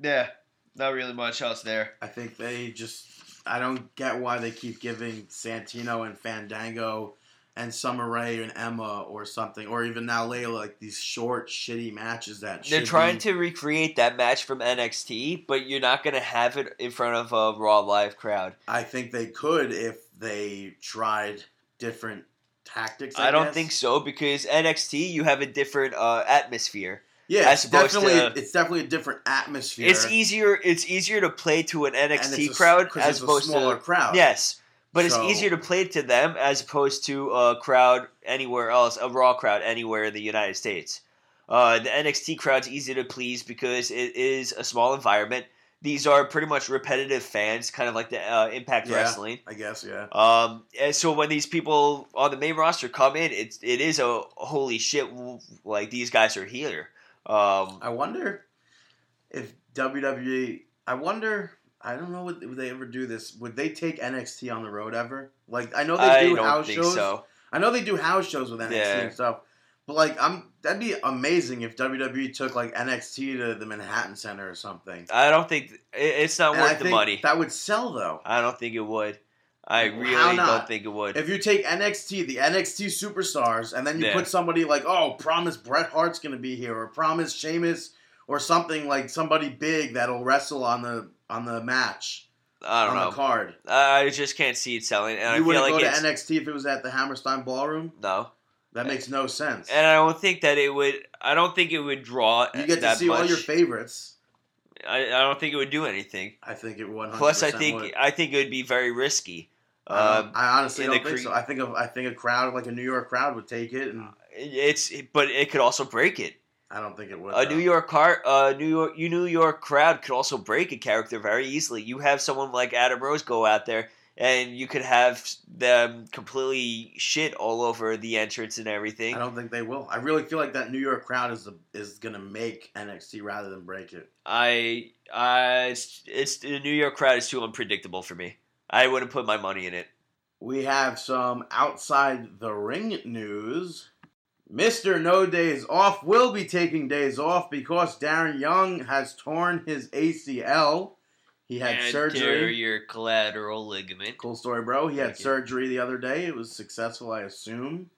yeah. Not really much else there.
I think they just. I don't get why they keep giving Santino and Fandango and Summer Rae and Emma or something, or even now Layla, like these short, shitty matches that
They're trying to recreate that match from NXT, but you're not gonna have it in front of a Raw live crowd.
I think they could if they tried different tactics. I,
I, don't
guess.
think so because NXT you have a different uh, atmosphere.
Yeah,
as
it's
opposed
definitely
to- uh,
it's definitely a different atmosphere.
It's easier. It's easier to play to an
and
NXT
it's a-
crowd
'cause
as
it's
opposed
a smaller
to
crowd.
yes. But it's
So-
easier to play to them as opposed to a crowd anywhere else, a raw crowd anywhere in the United States. Uh, the NXT crowd's easy to please because it is a small environment. These are pretty much repetitive fans, kind of like the uh, Impact
Yeah.
Wrestling.
I guess yeah.
Um, and so when these people on the main roster come in, it's it is a holy shit! w- Like these guys are here. Um,
I wonder if WWE. I wonder. I don't know what would they ever do this. Would they take NXT on the road ever? Like I know they
I
do
don't
house
think
shows.
so.
I know they do house shows with NXT
Yeah.
and stuff. But like, I'm that'd be amazing if WWE took like NXT to the Manhattan Center or something.
I don't think it- it's not
And I
worth the
think
money.
That would sell though.
I don't think it would. I
How
really don't
not?
think it would.
If you take NXT, the NXT superstars, and then you
Yeah.
put somebody like, oh, promise Bret Hart's gonna be here, or promise Sheamus, or something like somebody big that'll wrestle on the on the match
I don't
on the
know.
card.
I I just can't see it selling, and
you
I feel
wouldn't
like
go
it's
to NXT if it was at the Hammerstein Ballroom.
no.
That makes no sense.
And I don't think that it would. I don't think it would draw.
you get to
that
see all
much.
your favorites.
I, I don't think it would do anything.
I think it one hundred.
Plus, I think
Would.
I think it would be very risky.
I,
Um,
don't- I honestly
in
don't
the
think
cre-
so. I think of, I think a crowd like a New York crowd would take it, and
it's but it could also break it.
I don't think it would.
A
though.
New York car, uh, New York, you New York crowd could also break a character very easily. You have someone like Adam Rose go out there, and you could have them completely shit all over the entrance and everything.
I don't think they will. I really feel like that New York crowd is the, is gonna make NXT rather than break it.
I, I, it's, it's the New York crowd is too unpredictable for me. I wouldn't put my money in it.
We have some outside the ring news. Mr. No Days Off will be taking days off because Darren Young has torn his ACL. He had surgery.
your collateral ligament.
Cool story, bro. He had
Thank you.
surgery the other day. It was successful, I assume.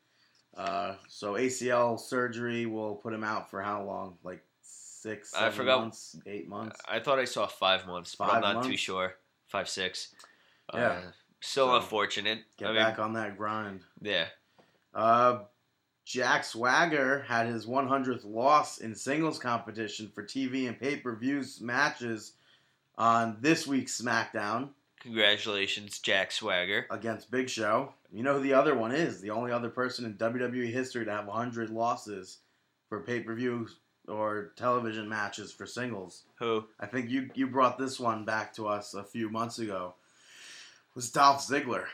Uh, so ACL surgery will put him out for how long? Like six,
I
seven
forgot-
months, eight months.
I thought I saw five months, but
Five
I'm not too
months?
sure. Five, six.
Yeah.
Uh, still
So,
unfortunate.
Get
I mean,
back on that grind.
yeah.
Uh, Jack Swagger had his 100th loss in singles competition for TV and pay per views matches on this week's SmackDown
Congratulations, Jack Swagger.
against Big Show. You know who the other one is? The only other person in WWE history to have 100 losses for pay per view or television matches for singles.
Who?
I think you, you brought this one back to us a few months ago. Was Dolph Ziggler.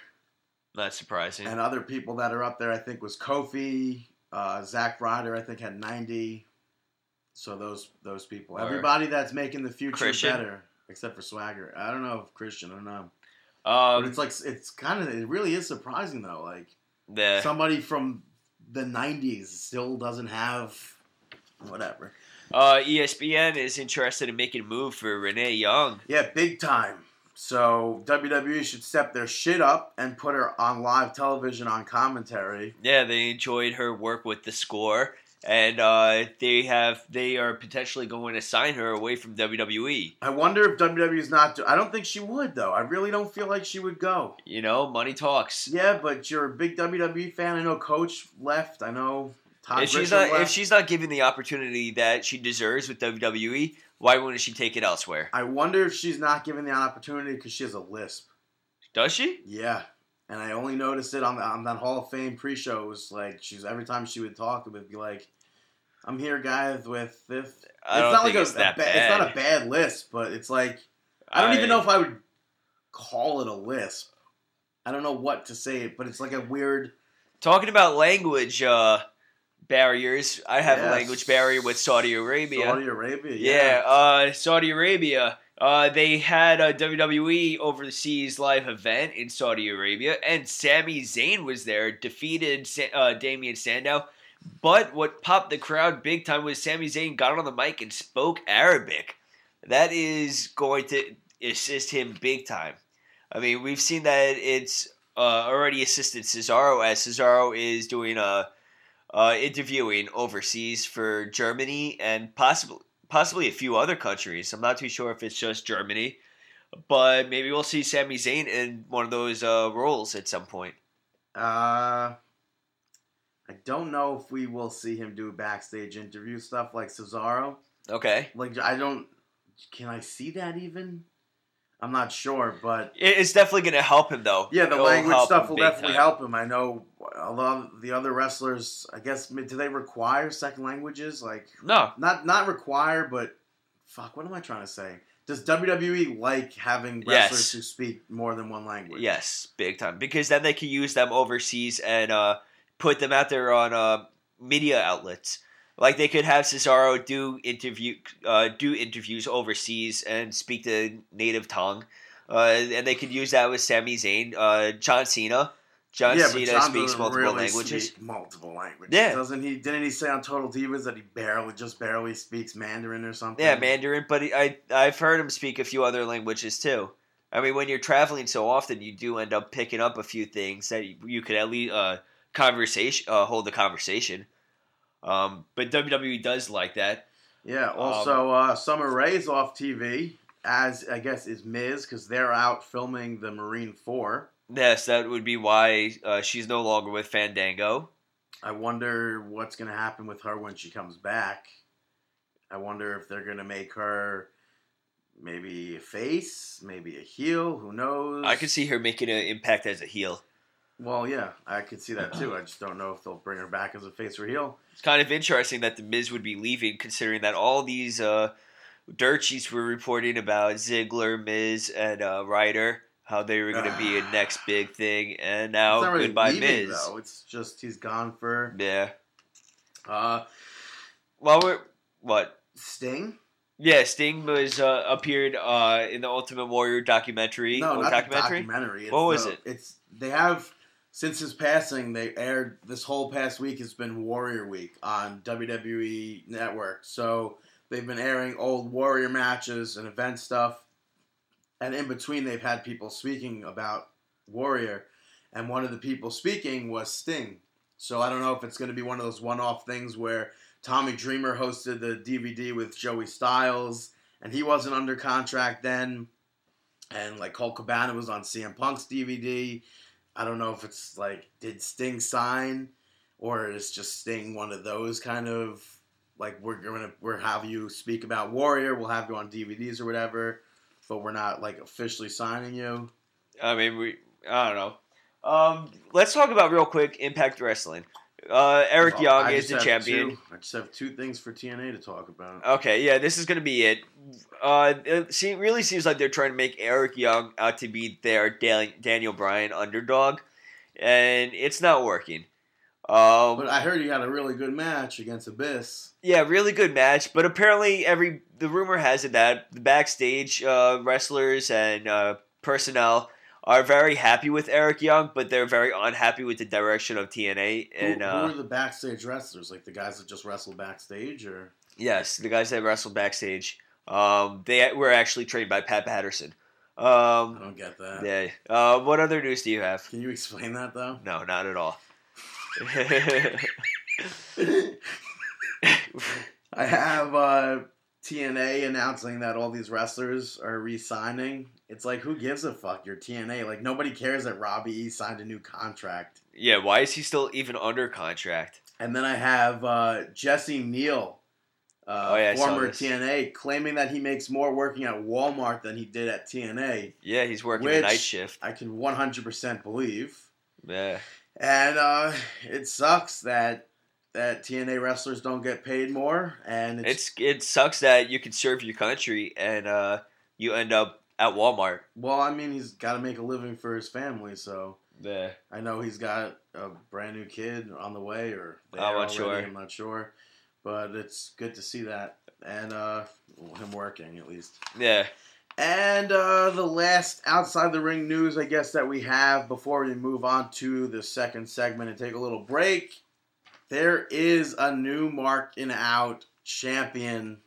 Not surprising.
and other people that are up there. I think was Kofi, uh, Zach Ryder. I think had ninety. So those those people,
Or-
everybody that's making the future
Christian?
better, except for Swagger. I don't know if Christian. I don't know, but
Um,
it's like it's kind of it really is surprising though. Like
the,
somebody from the '90s still doesn't have whatever.
uh, ESPN is interested in making a move for Renee Young.
Yeah, big time. So WWE should step their shit up and put her on live television on commentary.
Yeah, they enjoyed her work with the score, and uh, they have they are potentially going to sign her away from E. WWE.
I wonder if WWE's not. Do- I don't think she would though. I really don't feel like she would go.
You know, money talks.
Yeah, but you're a big WWE fan. I know Coach left. I know Todd
if she's
Grisham
not if
left.
she's not given the opportunity that she deserves with WWE, why wouldn't she take it elsewhere?
I wonder if she's not given the opportunity because she has a lisp.
Does she?
Yeah, and I only noticed it on the, on that Hall of Fame pre-show. It was like she's every time she would talk, it would be like, "I'm here, guys, with this." It's
I don't think it's that
ba-
bad.
It's not a bad lisp, but it's like I don't even know if I would call it a lisp. I don't know what to say, it, but it's like a weird.
Talking about language uh, barriers, I have
Yeah,
a language barrier with Saudi Arabia.
Saudi Arabia.
Yeah, uh, Saudi Arabia. Uh, they had a WWE overseas live event in Saudi Arabia, and Sami Zayn was there, defeated Sa- uh, Damian Sandow. But what popped the crowd big time was Sami Zayn got on the mic and spoke Arabic. That is going to assist him big time. I mean, we've seen that it's uh, already assisted Cesaro as Cesaro is doing a uh, interviewing overseas for Germany and possibly possibly a few other countries. I'm not too sure if it's just Germany, but maybe we'll see Sami Zayn in one of those uh, roles at some point.
Uh, I don't know if we will see him do backstage interview stuff like Cesaro.
Okay,
Like, I don't. Can I see that even? I'm not sure, but
It- it's definitely going to help him though.
yeah, the
It'll
language
help
stuff
him
will
big
definitely
time.
help him. I know a lot of the other wrestlers. I guess do they require second languages? Like,
No,
not not require, but fuck. What am I trying to say? Does WWE like having
Yes.
wrestlers who speak more than one language?
yes, big time because then they can use them overseas and uh, put them out there on uh, media outlets. Like they could have Cesaro do interview uh, do interviews overseas and speak the native tongue, uh, and they could use that with Sami Zayn, uh, John Cena. John
yeah, but
Cena
John
speaks
doesn't
multiple
really
languages.
speak multiple languages.
Yeah.
doesn't he? Didn't he say on Total Divas that he barely, just barely speaks Mandarin or something?
Yeah, Mandarin, but he, I I've heard him speak a few other languages too. I mean, when you're traveling so often, you do end up picking up a few things that you, you could at least uh, conversation uh, hold the conversation. Um, but WWE does like that.
Yeah.
Um,
Also, uh, Summer Rae's off TV as I guess is Miz because they're out filming the Marine Four.
Yes, that would be why uh, she's no longer with Fandango.
I wonder what's going to happen with her when she comes back. I wonder if they're going to make her maybe a face, maybe a heel. Who knows?
I could see her making an impact as a heel.
Well, yeah, I could see that
(clears throat)
too. I just don't know if they'll bring her back as a face or heel.
It's kind of interesting that the Miz would be leaving, considering that all these uh, dirt sheets were reporting about Ziggler, Miz, and uh, Ryder, how they were going to
(sighs)
be a next big thing, and
it's
now
not really
Oh, goodbye,
leaving,
Miz.
though. It's just he's gone for
Yeah.
uh,
Well, we're what?
Sting.
Yeah, Sting was uh, appeared uh, in the Ultimate Warrior documentary.
No,
or
not the
documentary.
documentary. It's
What was
the-
it?
It's they have since his passing. They aired this whole past week has been Warrior Week on WWE Network. So they've been airing old Warrior matches and event stuff, and in between they've had people speaking about Warrior, and one of the people speaking was Sting. So I don't know if it's going to be one of those one-off things where Tommy Dreamer hosted the DVD with Joey Styles, and he wasn't under contract then. And like Cole Cabana was on CM Punk's DVD. I don't know if it's like did Sting sign, or is just Sting one of those kind of like we're gonna we're have you speak about Warrior, we'll have you on DVDs or whatever, but we're not like officially signing you.
I mean, we. I don't know. Um, let's talk about real quick Impact Wrestling. Uh, Eric
Well,
Young
I
is
just
the
have
champion. Oh.
two- I just have two things for TNA to talk about.
Okay, yeah, this is gonna be it. Uh, it see, really seems like they're trying to make Eric Young out to be their Dan- Daniel Bryan underdog, and it's not working.
But
Um,
I heard he had a really good match against Abyss.
yeah, really good match, but apparently every the rumor has it that the backstage uh, wrestlers and uh, personnel are very happy with Eric Young, but they're very unhappy with the direction of TNA.
Who,
And
who
uh,
are the backstage wrestlers? Like the guys that just wrestle backstage, or
Yes, the guys that wrestled backstage. Um, they were actually trained by Pat Patterson. Um,
I don't get that.
yeah. Uh, what other news do you have?
Can you explain that
(laughs)
though?
No, not at all.
I have uh, TNA announcing that all these wrestlers are re-signing. It's like, who gives a fuck? You're TNA. Like nobody cares that Robbie E signed a new contract.
yeah, why is he still even under contract?
And then I have uh, Jesse Neal, uh,
Oh, yeah, I saw
former
this.
TNA, claiming that he makes more working at Walmart than he did at TNA.
Yeah, he's working a
Which-
night shift.
I can 100% believe.
Yeah.
And uh, it sucks that that TNA wrestlers don't get paid more. And it's
It's it sucks that you can serve your country and uh, you end up at Walmart.
Well, I mean, he's got to make a living for his family, so
Yeah.
I know he's got a brand new kid on the way, or there
I'm not
already,
sure.
I'm not sure, but it's good to see that and uh, him working at least.
Yeah.
And uh, the last outside the ring news, I guess, that we have before we move on to the second segment and take a little break. There is a new mark in out champion,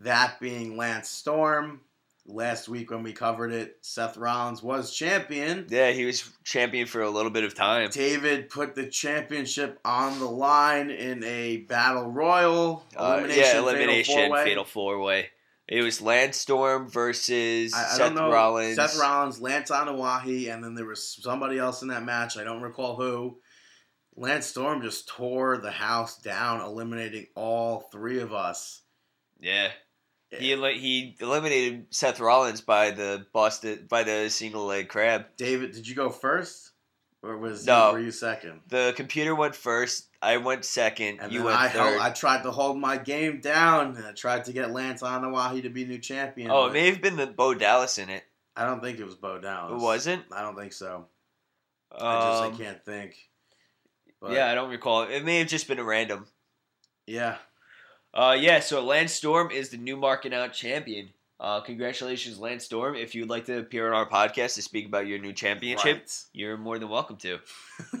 that being Lance Storm. Last week when we covered it, Seth Rollins was champion.
Yeah, he was champion for a little bit of time.
David put the championship on the line in a battle royal.
Uh, yeah, elimination, fatal,
four-way.
four way. It was Landstorm versus
I, I
Seth
don't know.
Rollins.
Seth Rollins, Lance Anawahi, and then there was somebody else in that match. I don't recall who. Lance Storm just tore the house down, eliminating all three of us. Eh,
Yeah, he eli- he eliminated Seth Rollins by the Boston by the single leg crab.
David, did you go first, or was
No.
you, were you second?
The computer went first. I went second.
And
you
then
went
I, held,
third.
I tried to hold my game down, and I tried to get Lance Anawahi to be new champion.
oh, it
but
may have been the Bo Dallas in it.
I don't think it was Bo Dallas.
It wasn't.
I don't think so.
Um,
I just I can't think. But,
yeah, I don't recall. It may have just been a random.
yeah. (laughs)
Uh, yeah. So Landstorm is the new marking out champion. Uh, congratulations, Lance Storm. If you'd like to appear on our podcast to speak about your new championship,
Right.
you're more than welcome to. (laughs)
(laughs)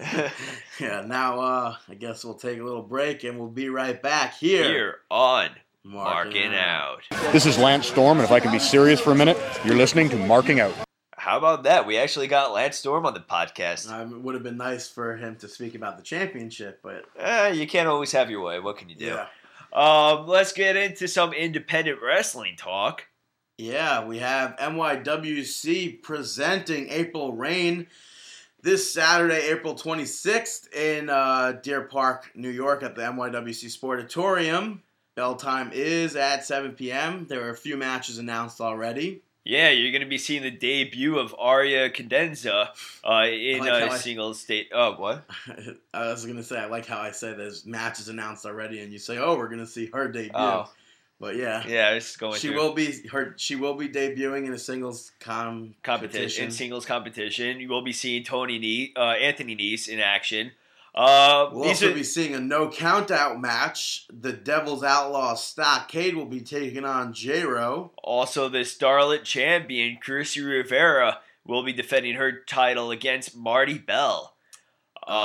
yeah, now uh, I guess we'll take a little break and we'll be right back here.
Here on
Marking
Marking Out.
This is Lance Storm, and if I can be serious for a minute, you're listening to Marking Out.
How about that? We actually got Lance Storm on the podcast.
Um, it would have been nice for him to speak about the championship, but
Eh, you can't always have your way. What can you do?
yeah.
Um, let's get into some independent wrestling talk.
Yeah, we have NYWC presenting April Rain this Saturday, April 26th, in uh, Deer Park, New York, at the NYWC Sportatorium. Bell time is at 7 p.m. There are a few matches announced already.
Yeah, you're going to be seeing the debut of Arya Cadenza uh, in
like how
a
I-
single state. Oh, what?
(laughs) I was gonna say I like how I say there's matches announced already, and you say, "Oh, we're gonna see her debut."
Oh,
But yeah,
yeah, it's going.
she
through.
will be her. She will be debuting in a singles com-
competition,
competition.
singles competition. You will be seeing Tony nee, uh, Anthony Nice in action. Uh,
We'll
these
also
are-
be seeing a no count out match. The Devil's Outlaw Stockade will be taking on J Ro.
also the Starlet champion Cruci Rivera will be defending her title against Marty Bell. Um,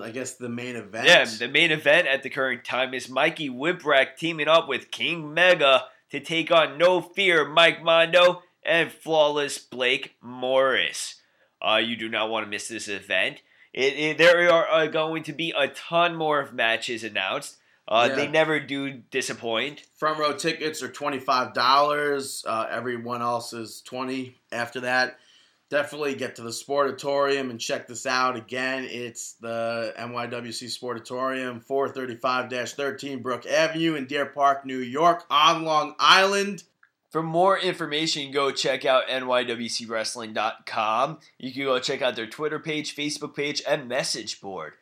uh, I guess the main event.
yeah, the main event at the current time is Mikey Whipwreck teaming up with King Mega to take on No Fear Mike Mondo and Flawless Blake Morris. Uh, you do not want to miss this event. It, it- there are uh, going to be a ton more of matches announced. Uh,
Yeah.
They never do disappoint.
Front row tickets are twenty five dollars. Uh, everyone else is twenty. After that, definitely get to the Sportatorium and check this out again. It's the NYWC Sportatorium, four thirty five thirteen Brook Avenue in Deer Park, New York, on Long Island.
For more information, go check out nywcwrestling.com. You can go check out their Twitter page, Facebook page, and message board.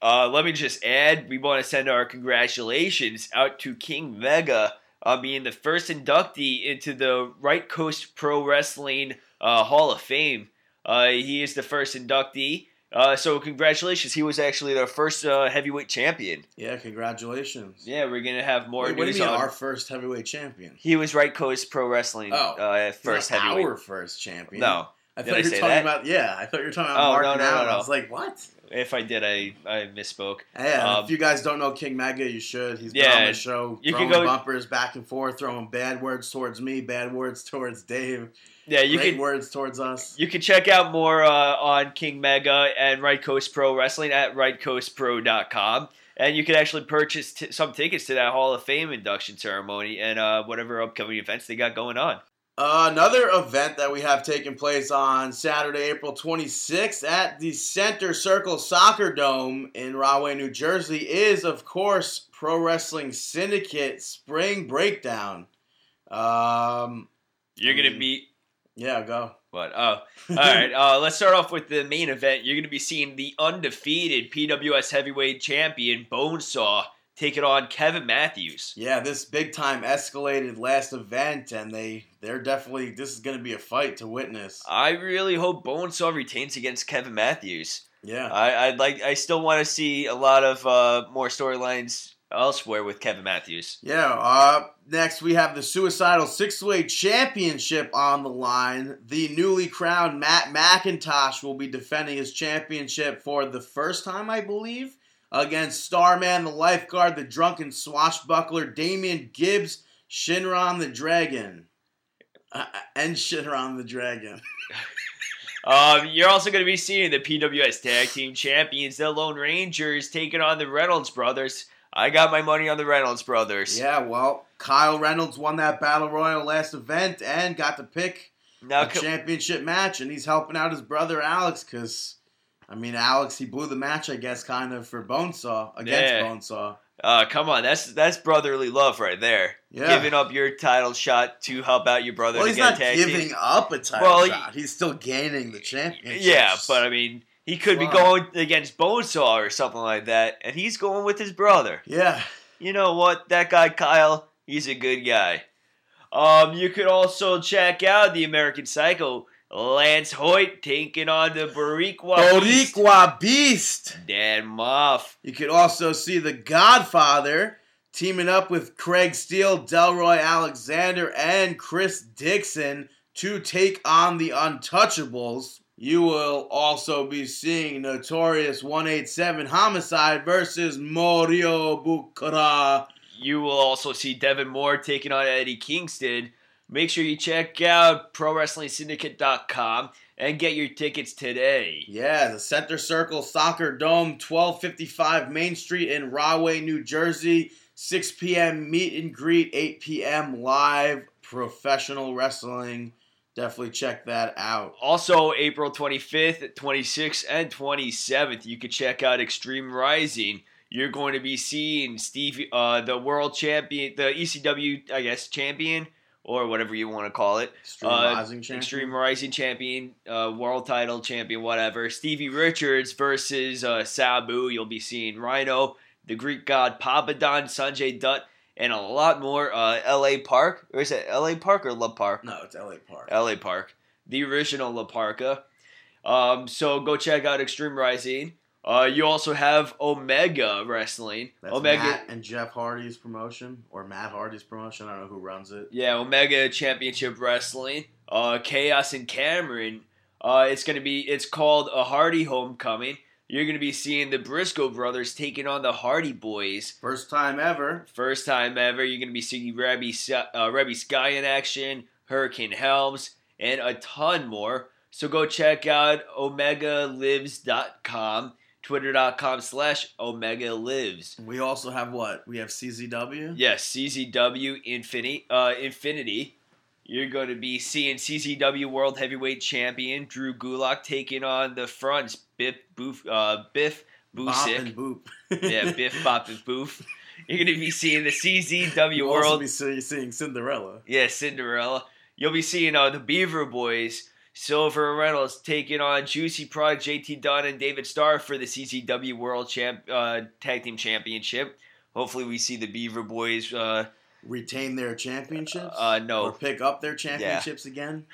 Uh, let me just add, we want to send our congratulations out to King Mega on being the first inductee into the Right Coast Pro Wrestling uh, Hall of Fame. Uh, he is the first inductee. Uh, so congratulations! He was actually their first uh, heavyweight champion.
Yeah, congratulations.
Yeah, we're gonna have more
Wait, what do
news
you mean,
on.
our first heavyweight champion?
he was Right Coast Pro Wrestling
Oh.
uh, first
Not
heavyweight.
Our first champion.
No,
I
Did
thought
I
you were
say
talking
that?
about. Yeah, I thought you were talking
Oh,
about Mark
no, no,
now,
no,
and I
no.
was like, what?
If I did, I, I misspoke.
Yeah,
Um,
if you guys don't know King Mega, you should. He's been
yeah,
on the show,
you
throwing
can go-
bumpers back and forth, throwing bad words towards me, bad words (laughs) towards Dave,
Yeah, you
great
can
words towards us.
you can check out more uh, on King Mega and Right Coast Pro Wrestling at rightcoastpro.com. And you can actually purchase t- some tickets to that Hall of Fame induction ceremony and uh, whatever upcoming events they got going on.
Uh, another event that we have taking place on Saturday, April 26th at the Center Circle Soccer Dome in Rahway, New Jersey is, of course, Pro Wrestling Syndicate Spring Breakdown. Um,
You're going
Mm.
to be.
yeah, go.
What? Oh, all (laughs) right. Uh, let's start off with the main event. You're going to be seeing the undefeated PWS heavyweight champion Bonesaw take it on Kevin Matthews.
Yeah, this big time escalated last event, and they they're definitely this is going to be a fight to witness.
I really hope Bonesaw retains against Kevin Matthews.
Yeah,
I, I'd like. I still want to see a lot of uh, more storylines elsewhere with Kevin Matthews.
yeah. Uh, next we have the Suicidal Six Way Championship on the line. The newly crowned Matt McIntosh will be defending his championship for the first time, I believe, against Starman, the Lifeguard, the Drunken Swashbuckler, Damian Gibbs, Shinron the Dragon, uh, and Shinron the Dragon.
Um, you're also going to be seeing the PWS Tag Team Champions, the Lone Rangers, taking on the Reynolds Brothers. I got my money on the Reynolds Brothers.
Yeah, well, Kyle Reynolds won that battle royal last event and got to pick
Now,
a
co-
championship match, and he's helping out his brother Alex because, I mean, Alex he blew the match, I guess, kind of for Bonesaw against
Yeah.
Bonesaw.
uh, come on, that's that's brotherly love right there.
Yeah.
Giving up your title shot to help out your brother
Well,
to
he's
get
not
tag
giving
team.
up a title
Well,
shot. He's still gaining the championship.
Yeah, but I mean, he could be
Wow.
going against Bonesaw or something like that, and he's going with his brother.
yeah,
you know what? That guy Kyle, he's a good guy. Um, you could also check out the American Psycho, Lance Hoyt taking on the Boricua, Beast,
Boricua Beast.
Dan Moff.
You could also see the Godfather teaming up with Craig Steele, Delroy Alexander, and Chris Dixon to take on the Untouchables. You will also be seeing Notorious 187 Homicide versus Morio Bukara.
You will also see Devin Moore taking on Eddie Kingston. Make sure you check out ProWrestlingSyndicate.com and get your tickets today.
Yeah, the Center Circle Soccer Dome, 1255 Main Street in Rahway, New Jersey. 6 p.m. meet and greet, 8 p.m. live professional wrestling. Definitely check that out.
Also, April 25th, 26th, and 27th, you can check out Extreme Rising. You're going to be seeing Steve, uh, the world champion, the ECW, I guess, champion, or whatever you want to call it.
Extreme
Uh,
Rising Champion.
Extreme Rising champion, uh, world title champion, whatever. Stevie Richards versus uh, Sabu. You'll be seeing Rhino, the Greek god Papadon, Sanjay Dutt, and a lot more. Uh, L.A. Park, or is it L.A. Park or La Park?
No, it's LA Park.
L.A. Park, the original La Parka. Um, so go check out Extreme Rising. Uh, you also have Omega Wrestling.
That's
Omega,
Matt and Jeff Hardy's promotion, or Matt Hardy's promotion. I don't know who runs it.
Yeah, Omega Championship Wrestling, uh, Chaos and Cameron. Uh, it's gonna be. It's called a Hardy Homecoming. You're gonna be seeing the Briscoe brothers taking on the Hardy Boys.
First time ever.
First time ever. You're gonna be seeing Rebby Sa- uh, Rebby Sky in action, Hurricane Helms, and a ton more. So go check out OmegaLives.com, Twitter.com slash Omega Lives.
We also have what? We have CZW.
Yes, CZW Infinity. Uh, Infinity. You're going to be seeing CZW World Heavyweight Champion Drew Gulak taking on the fronts Biff Boof, uh, Biff
Bop and
Busick.
boop.
yeah,
(laughs)
Biff Bop and Boof. You're going to be seeing the CZW
You'll also
World.
be see- seeing Cinderella.
yeah, Cinderella. You'll be seeing uh, the Beaver Boys. Silver and Reynolds taking on Juicy Product, JT Dunn, and David Starr for the CCW World Champ uh, Tag Team Championship. Hopefully, we see the Beaver Boys uh,
Retain their championships.
Uh,
Or
no,
pick up their championships again.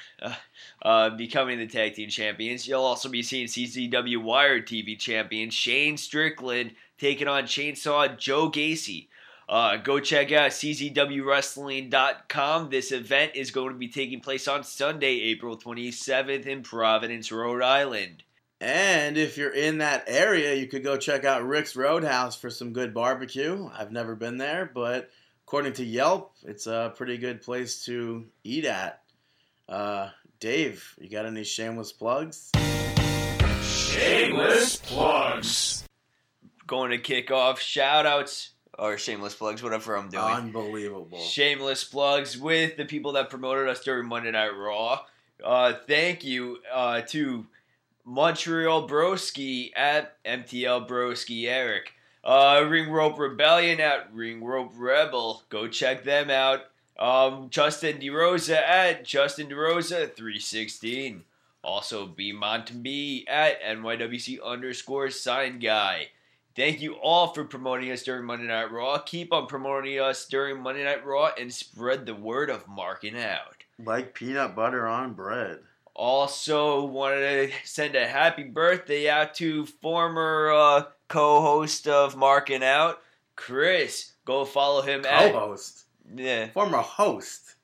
uh, becoming the tag team champions. You'll also be seeing CZW Wired TV champion Shane Strickland taking on Chainsaw Joe Gacy. Uh, go check out CZWWrestling.com. This event is going to be taking place on Sunday, April 27th in Providence, Rhode Island.
And if you're in that area, you could go check out Rick's Roadhouse for some good barbecue. I've never been there, but according to Yelp, it's a pretty good place to eat at. Uh, Dave, you got any shameless plugs?
Shameless plugs.
Going to kick off shout outs or shameless plugs, whatever I'm doing.
Unbelievable.
Shameless plugs with the people that promoted us during Monday Night Raw. Uh, thank you uh, to Montreal Broski at MTL Broski Eric. Uh, Ring Rope Rebellion at Ring Rope Rebel. Go check them out. Um, Justin DeRosa at Justin DeRosa 316. Also B Mont B at NYWC underscore sign guy. Thank you all for promoting us during Monday Night Raw. Keep on promoting us during Monday Night Raw and spread the word of marking out.
Like peanut butter on bread.
Also, wanted to send a happy birthday out to former uh, co-host of Marking Out, Chris. Go follow him at
Co-host.
yeah
Former host.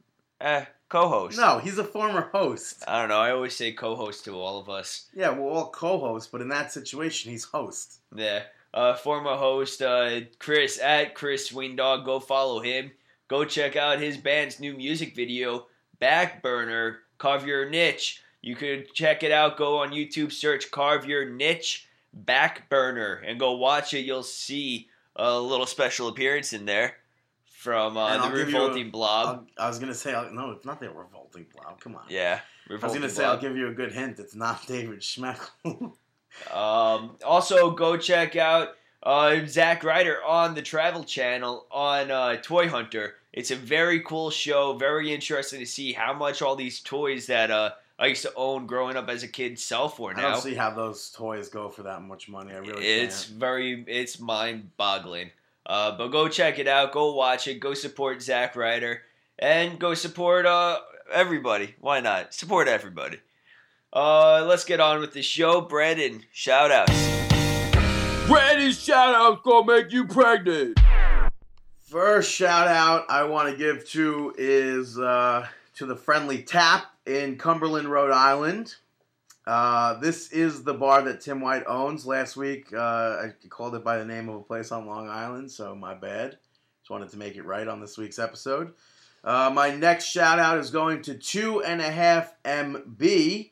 eh, co-host.
No, he's a former host.
I don't know. I always say co-host to all of us.
Yeah, we're all co-hosts, but in that situation, he's host.
Yeah. Uh, former host uh, Chris at Chris Swindog. Go follow him. Go check out his band's new music video, Backburner. Carve Your Niche. You could check it out. Go on YouTube, search Carve Your Niche Backburner, and go watch it. You'll see a little special appearance in there from
And
uh,
I'll
the
give you a-
Revolting Blob.
I'll- I was gonna say, I'll- no, it's not the revolting blob. Come on.
yeah.
I was
Revolting
gonna say
Blob.
I'll give you a good hint. It's not (laughs) David Schmeckel.
Um, also, go check out uh, Zach Ryder on the Travel Channel on uh, Toy Hunter. It's a very cool show. Very interesting to see how much all these toys that uh, I used to own growing up as a kid sell for
I
now.
don't see how those toys go for that much money. I really
it's
can't.
very, it's mind-boggling. Uh, but go check it out. Go watch it. Go support Zach Ryder and go support uh, everybody. Why not? Support everybody. Uh, let's get on with the show. Brandon, shout outs.
Brandy's shout out's gonna make you pregnant.
First shout out I want to give to is uh, to the Friendly Tap in Cumberland, Rhode Island. Uh, this is the bar that Tim White owns. Last week, uh, I called it by the name of a place on Long Island, so my bad. Just wanted to make it right on this week's episode. Uh, my next shout out is going to two and a half MB.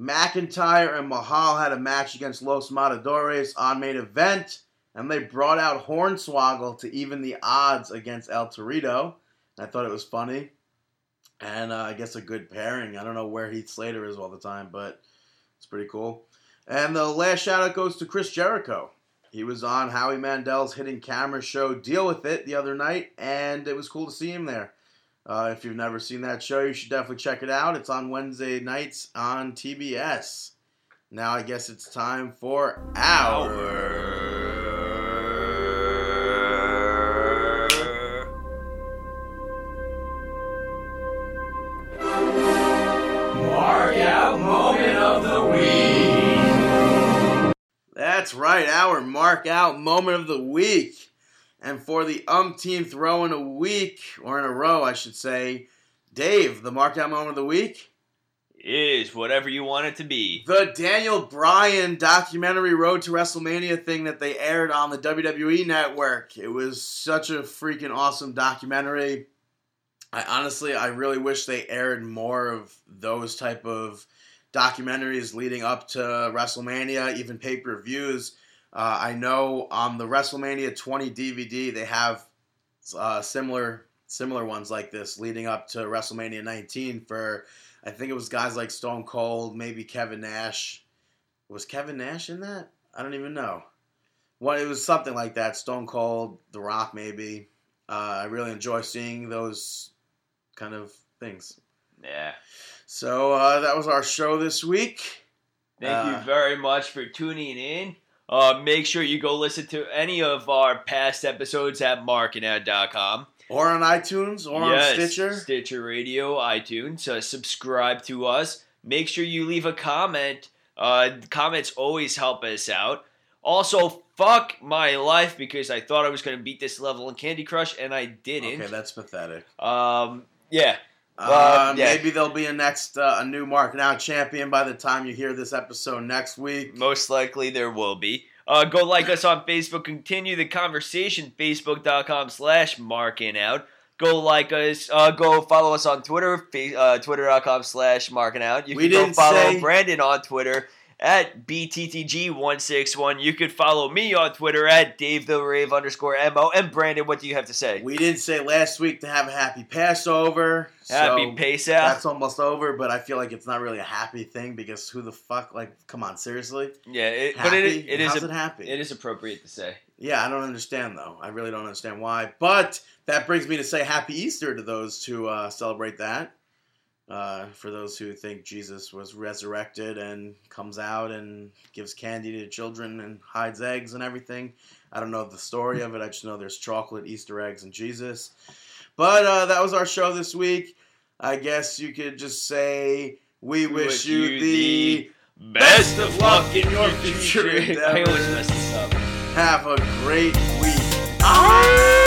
McIntyre and Mahal had a match against Los Matadores on main event, and they brought out Hornswoggle to even the odds against El Torito. I thought it was funny, and uh, I guess a good pairing. I don't know where Heath Slater is all the time, but it's pretty cool. And the last shout out goes to Chris Jericho. He was on Howie Mandel's Hidden Camera show, Deal With It, the other night, and it was cool to see him there. Uh, if you've never seen that show, you should definitely check it out. It's on Wednesday nights on TBS. Now I guess it's time for our.
Mark out moment of the week.
That's right, our mark out moment of the week. And for the umpteenth row in a week, or in a row, I should say, Dave, the mark out moment of the week,
Is whatever you want it to be.
the Daniel Bryan documentary Road to WrestleMania thing that they aired on the WWE network. It was such a freaking awesome documentary. I honestly, I really wish they aired more of those type of documentaries leading up to WrestleMania, even pay per views. Uh, I know on the WrestleMania 20 DVD they have uh, similar similar ones like this leading up to WrestleMania 19 for I think it was guys like Stone Cold, maybe Kevin Nash. Was Kevin Nash in that? I don't even know. Well, it was something like that. Stone Cold, The Rock, maybe. Uh, I really enjoy seeing those kind of things.
Yeah.
So uh, that was our show this week.
Thank
Uh,
you very much for tuning in. Uh, make sure you go listen to any of our past episodes at markingout.com.
Or on iTunes, or on Stitcher.
Stitcher Radio, iTunes. Uh, subscribe to us. Make sure you leave a comment. Uh, comments always help us out. Also, fuck my life because I thought I was going to beat this level in Candy Crush and I didn't.
Okay, that's pathetic.
um, yeah,
Uh,
yeah.
Maybe there'll be a next uh, a new Mark Now champion by the time you hear this episode next week.
most likely there will be. Uh, go like us on Facebook. Continue the conversation. Facebook.com slash marking out. Go like us. Uh, go follow us on Twitter. fa- Uh, Twitter.com slash marking out. You
We
can go
didn't
follow
say-
Brandon on Twitter at BTTG161. You could follow me on Twitter at Dave the Rave underscore MO. And Brandon, what do you have to say?
We did say last week to have a happy Passover.
Happy
so
Pace
That's
out.
almost over, but I feel like it's not really a happy thing because who the fuck, like, come on, seriously?
Yeah, it,
Happy?
but it, it, is
How's
a,
it happy?
it is appropriate to say.
Yeah, I don't understand though. I really don't understand why. But that brings me to say Happy Easter to those who uh, celebrate that. Uh, for those who think Jesus was resurrected and comes out and gives candy to children and hides eggs and everything, I don't know the story of it. I just know there's chocolate, Easter eggs, and Jesus. But uh, that was our show this week. I guess you could just say we, wish, you, the
best of luck in your
future
(laughs) future. I always mess this up.
have a great week. Ah!